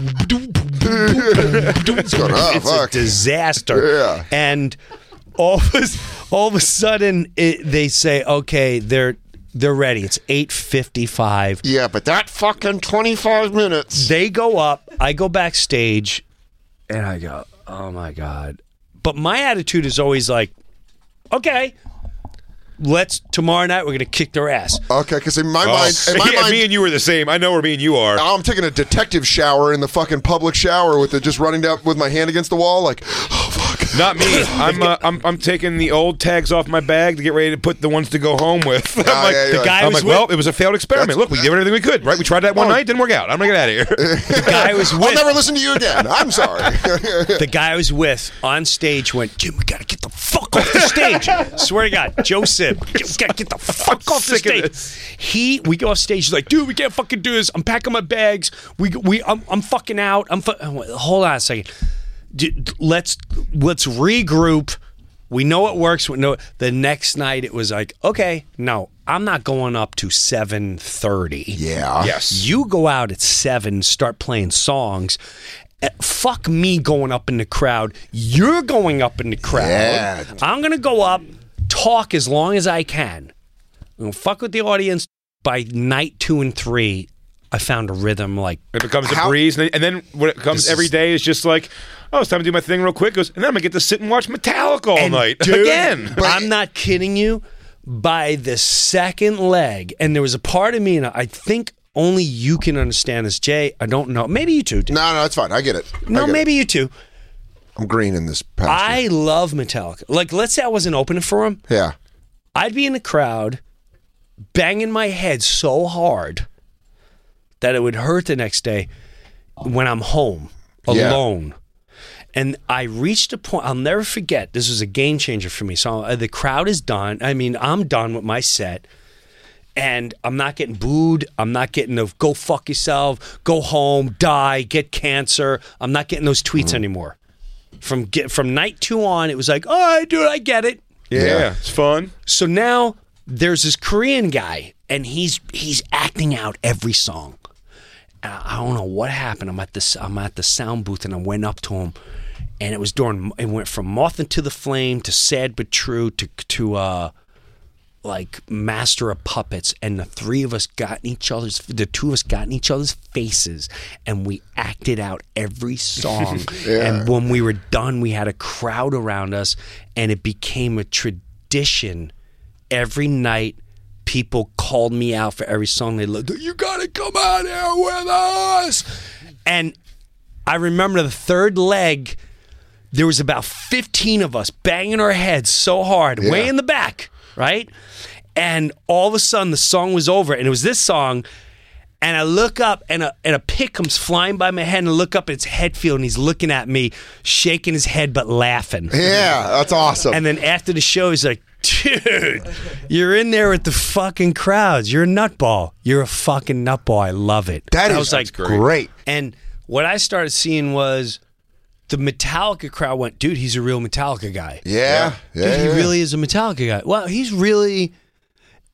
Speaker 5: [LAUGHS]
Speaker 9: it's
Speaker 5: up, Ah, fuck.
Speaker 9: a disaster.
Speaker 5: Yeah.
Speaker 9: And all of a, all of a sudden, it, they say, "Okay, they're they're ready. It's eight fifty-five.
Speaker 10: Yeah, but that fucking 25 minutes.
Speaker 9: They go up. I go backstage, and I go, "Oh my god!" But my attitude is always like, "Okay." Let's tomorrow night. We're gonna kick their ass.
Speaker 5: Okay, because in my mind, in my
Speaker 8: Oh, yeah,
Speaker 5: mind,
Speaker 8: me and you are the same. I know where me and you are.
Speaker 5: I'm taking a detective shower in the fucking public shower with it just running down with my hand against the wall, like, oh fuck,
Speaker 8: Not
Speaker 5: [LAUGHS]
Speaker 8: me. I'm, uh, I'm I'm taking the old tags off my bag to get ready to put the ones to go home with. [LAUGHS] I'm
Speaker 5: Ah, Yeah,
Speaker 8: like,
Speaker 5: yeah, yeah. The guy
Speaker 8: I'm
Speaker 9: was
Speaker 8: like
Speaker 9: with-
Speaker 8: well, it was a failed experiment. Look, we did everything we could, right? We tried
Speaker 5: Oh.
Speaker 8: that one night, didn't work out. I'm gonna get out of here.
Speaker 5: [LAUGHS]
Speaker 9: guy I was
Speaker 5: I'll
Speaker 9: with
Speaker 5: never listen to you again. I'm sorry. [LAUGHS]
Speaker 9: [LAUGHS] the guy I was with on stage went, Jim, we gotta get the fuck off the
Speaker 8: [LAUGHS]
Speaker 9: stage. Swear to God, Joe Sib, Jim, we gotta get the fuck
Speaker 8: I'm
Speaker 9: off the
Speaker 8: sick of
Speaker 9: stage.
Speaker 8: this.
Speaker 9: He, we go off stage. He's like, dude, we can't fucking do this. I'm packing my bags. We, we, I'm, I'm fucking out. I'm, fu-. I'm like, hold on a second. D- d- let's, let's regroup. We know it works. We know the next night it was like, okay, no, I'm not going up to seven thirty.
Speaker 5: yeah.
Speaker 8: yes.
Speaker 9: You go out at seven, start playing songs. Eh, Fuck me going up in the crowd. You're going up in the crowd.
Speaker 5: Yeah.
Speaker 9: I'm gonna go up, talk as long as I can. I'm gonna fuck with the audience. By night two and three, I found a rhythm like
Speaker 8: It becomes a
Speaker 5: How-
Speaker 8: breeze, and then, and then when it comes
Speaker 9: This
Speaker 8: every
Speaker 9: is-
Speaker 8: day, it's just like, oh, it's time to do my thing real quick. Goes, and then I'm gonna get to sit and watch Metallica all
Speaker 9: And
Speaker 8: night
Speaker 9: dude,
Speaker 8: again.
Speaker 9: [LAUGHS] I'm not kidding you. By the second leg, and there was a part of me, and I think only you can understand this, Jay. I don't know. Maybe you too.
Speaker 5: No, no, it's fine. I get it. I
Speaker 9: No,
Speaker 5: get it.
Speaker 9: maybe you too.
Speaker 5: I'm green in this pasture.
Speaker 9: I love Metallica. Like, let's say I wasn't opening for him,
Speaker 5: yeah.
Speaker 9: I'd be in the crowd, banging my head so hard that it would hurt the next day when I'm home
Speaker 5: Yeah.
Speaker 9: alone. And I reached a point, I'll never forget. This was a game changer for me. So uh, the crowd is done. I mean, I'm done with my set. And I'm not getting booed. I'm not getting the go fuck yourself, go home, die, get cancer. I'm not getting those tweets anymore. From get, from night two on, it was like, all right, dude, I get it.
Speaker 8: yeah,
Speaker 5: Yeah.
Speaker 8: it's fun.
Speaker 9: So now there's this Korean guy, and he's he's acting out every song. And I I don't know what happened. I'm at this I'm at the sound booth, and I went up to him, and it was during it went from Moth into the Flame to Sad but True to to uh like Master of Puppets, and the three of us got in each other's the two of us got in each other's faces, and we acted out every song. And when we were done, we had a crowd around us, and it became a tradition every night people called me out for every song they loved. You gotta come out here with us. And I remember the third leg, there was about 15 of us banging our heads so hard, way in the back, right? And all of a sudden the song was over, and it was this song. And I look up and a, and a pick comes flying by my head and I look up at it's Headfield and he's looking at me, shaking his head but laughing.
Speaker 5: Yeah, that's awesome.
Speaker 9: And then after the show, he's like, dude, you're in there with the fucking crowds. You're a nutball. You're a fucking nutball. I love it.
Speaker 5: That
Speaker 9: And I
Speaker 5: is-
Speaker 9: was like,
Speaker 5: that's great. great.
Speaker 9: And what I started seeing was the Metallica crowd went, dude, he's a real Metallica guy.
Speaker 5: yeah. Yeah.
Speaker 9: Dude, he
Speaker 5: yeah.
Speaker 9: really is a Metallica guy. Wow, he's really.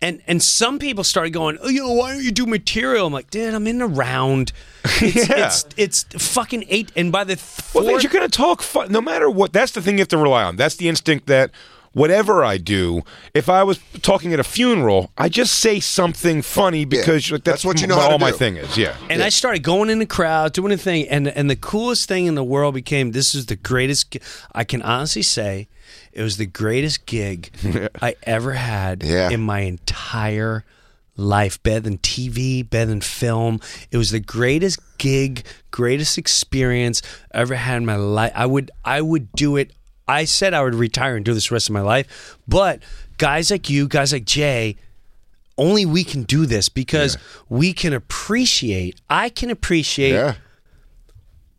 Speaker 9: And and some people started going, oh, you know, why don't you do material? I'm like, dude, I'm in
Speaker 5: [LAUGHS]
Speaker 9: the round. It's,
Speaker 8: Yeah.
Speaker 9: it's, it's fucking eight. And by the
Speaker 8: Well,
Speaker 9: fourth,
Speaker 8: things you're going to talk fun, no matter what. That's the thing you have to rely on. That's the instinct that whatever I do, if I was talking at a funeral, I just say something funny because you're like, that's,
Speaker 5: That's what you know
Speaker 8: m-
Speaker 5: how to
Speaker 8: all my
Speaker 5: do.
Speaker 8: thing is. Yeah.
Speaker 9: And I started going in the crowd, doing a thing, and and the coolest thing in the world became this is the greatest. gi- I can honestly say, it was the greatest gig I ever had
Speaker 5: Yeah.
Speaker 9: in my entire life. Better than TV, better than film. It was the greatest gig, greatest experience I ever had in my life. I would I would do it. I said I would retire and do this the rest of my life, but guys like you, guys like Jay, only we can do this because we can appreciate i can appreciate
Speaker 5: Yeah.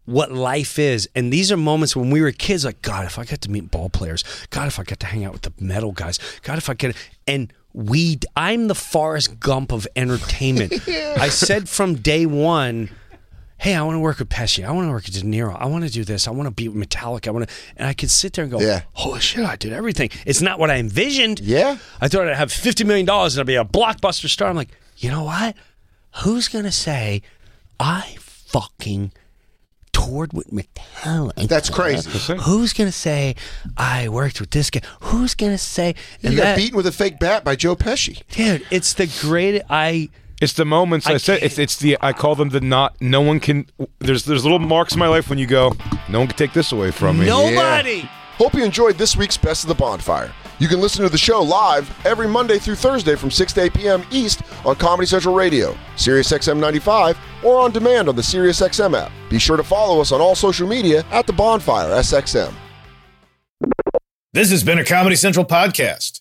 Speaker 9: what life is and these are moments when we were kids like god if i got to meet ball players god if i got to hang out with the metal guys god if i could and we i'm the forrest gump of
Speaker 5: [LAUGHS]
Speaker 9: entertainment i said from day one hey i want to work with pesci i want to work with de niro i want to do this i want to be with metallica i want to and i could sit there and go
Speaker 5: Yeah.
Speaker 9: holy shit i did everything it's not what i envisioned
Speaker 5: Yeah.
Speaker 9: I thought I'd have $50 million and I'd be a blockbuster star. I'm like, you know what? Who's going to say I fucking toured with Metallica?
Speaker 5: That's crazy.
Speaker 9: Who's going to say I worked with this guy? Who's going to say
Speaker 5: You
Speaker 9: and
Speaker 5: got
Speaker 9: that-
Speaker 5: beaten with a fake bat by Joe Pesci.
Speaker 9: Dude, it's the greatest. I.
Speaker 8: It's the moments I,
Speaker 9: I
Speaker 8: said.
Speaker 9: can't-
Speaker 8: It's, it's the I call them the not. No one can. There's there's little marks in my life when you go. No one can take this away from me.
Speaker 9: Nobody.
Speaker 5: Hope you enjoyed this week's Best of the Bonfire. You can listen to the show live every Monday through Thursday from 6 to 8 p.m. East on Comedy Central Radio, Sirius XM 95, or on demand on the Sirius XM app. Be sure to follow us on all social media at The Bonfire SXM.
Speaker 2: This has been a Comedy Central podcast.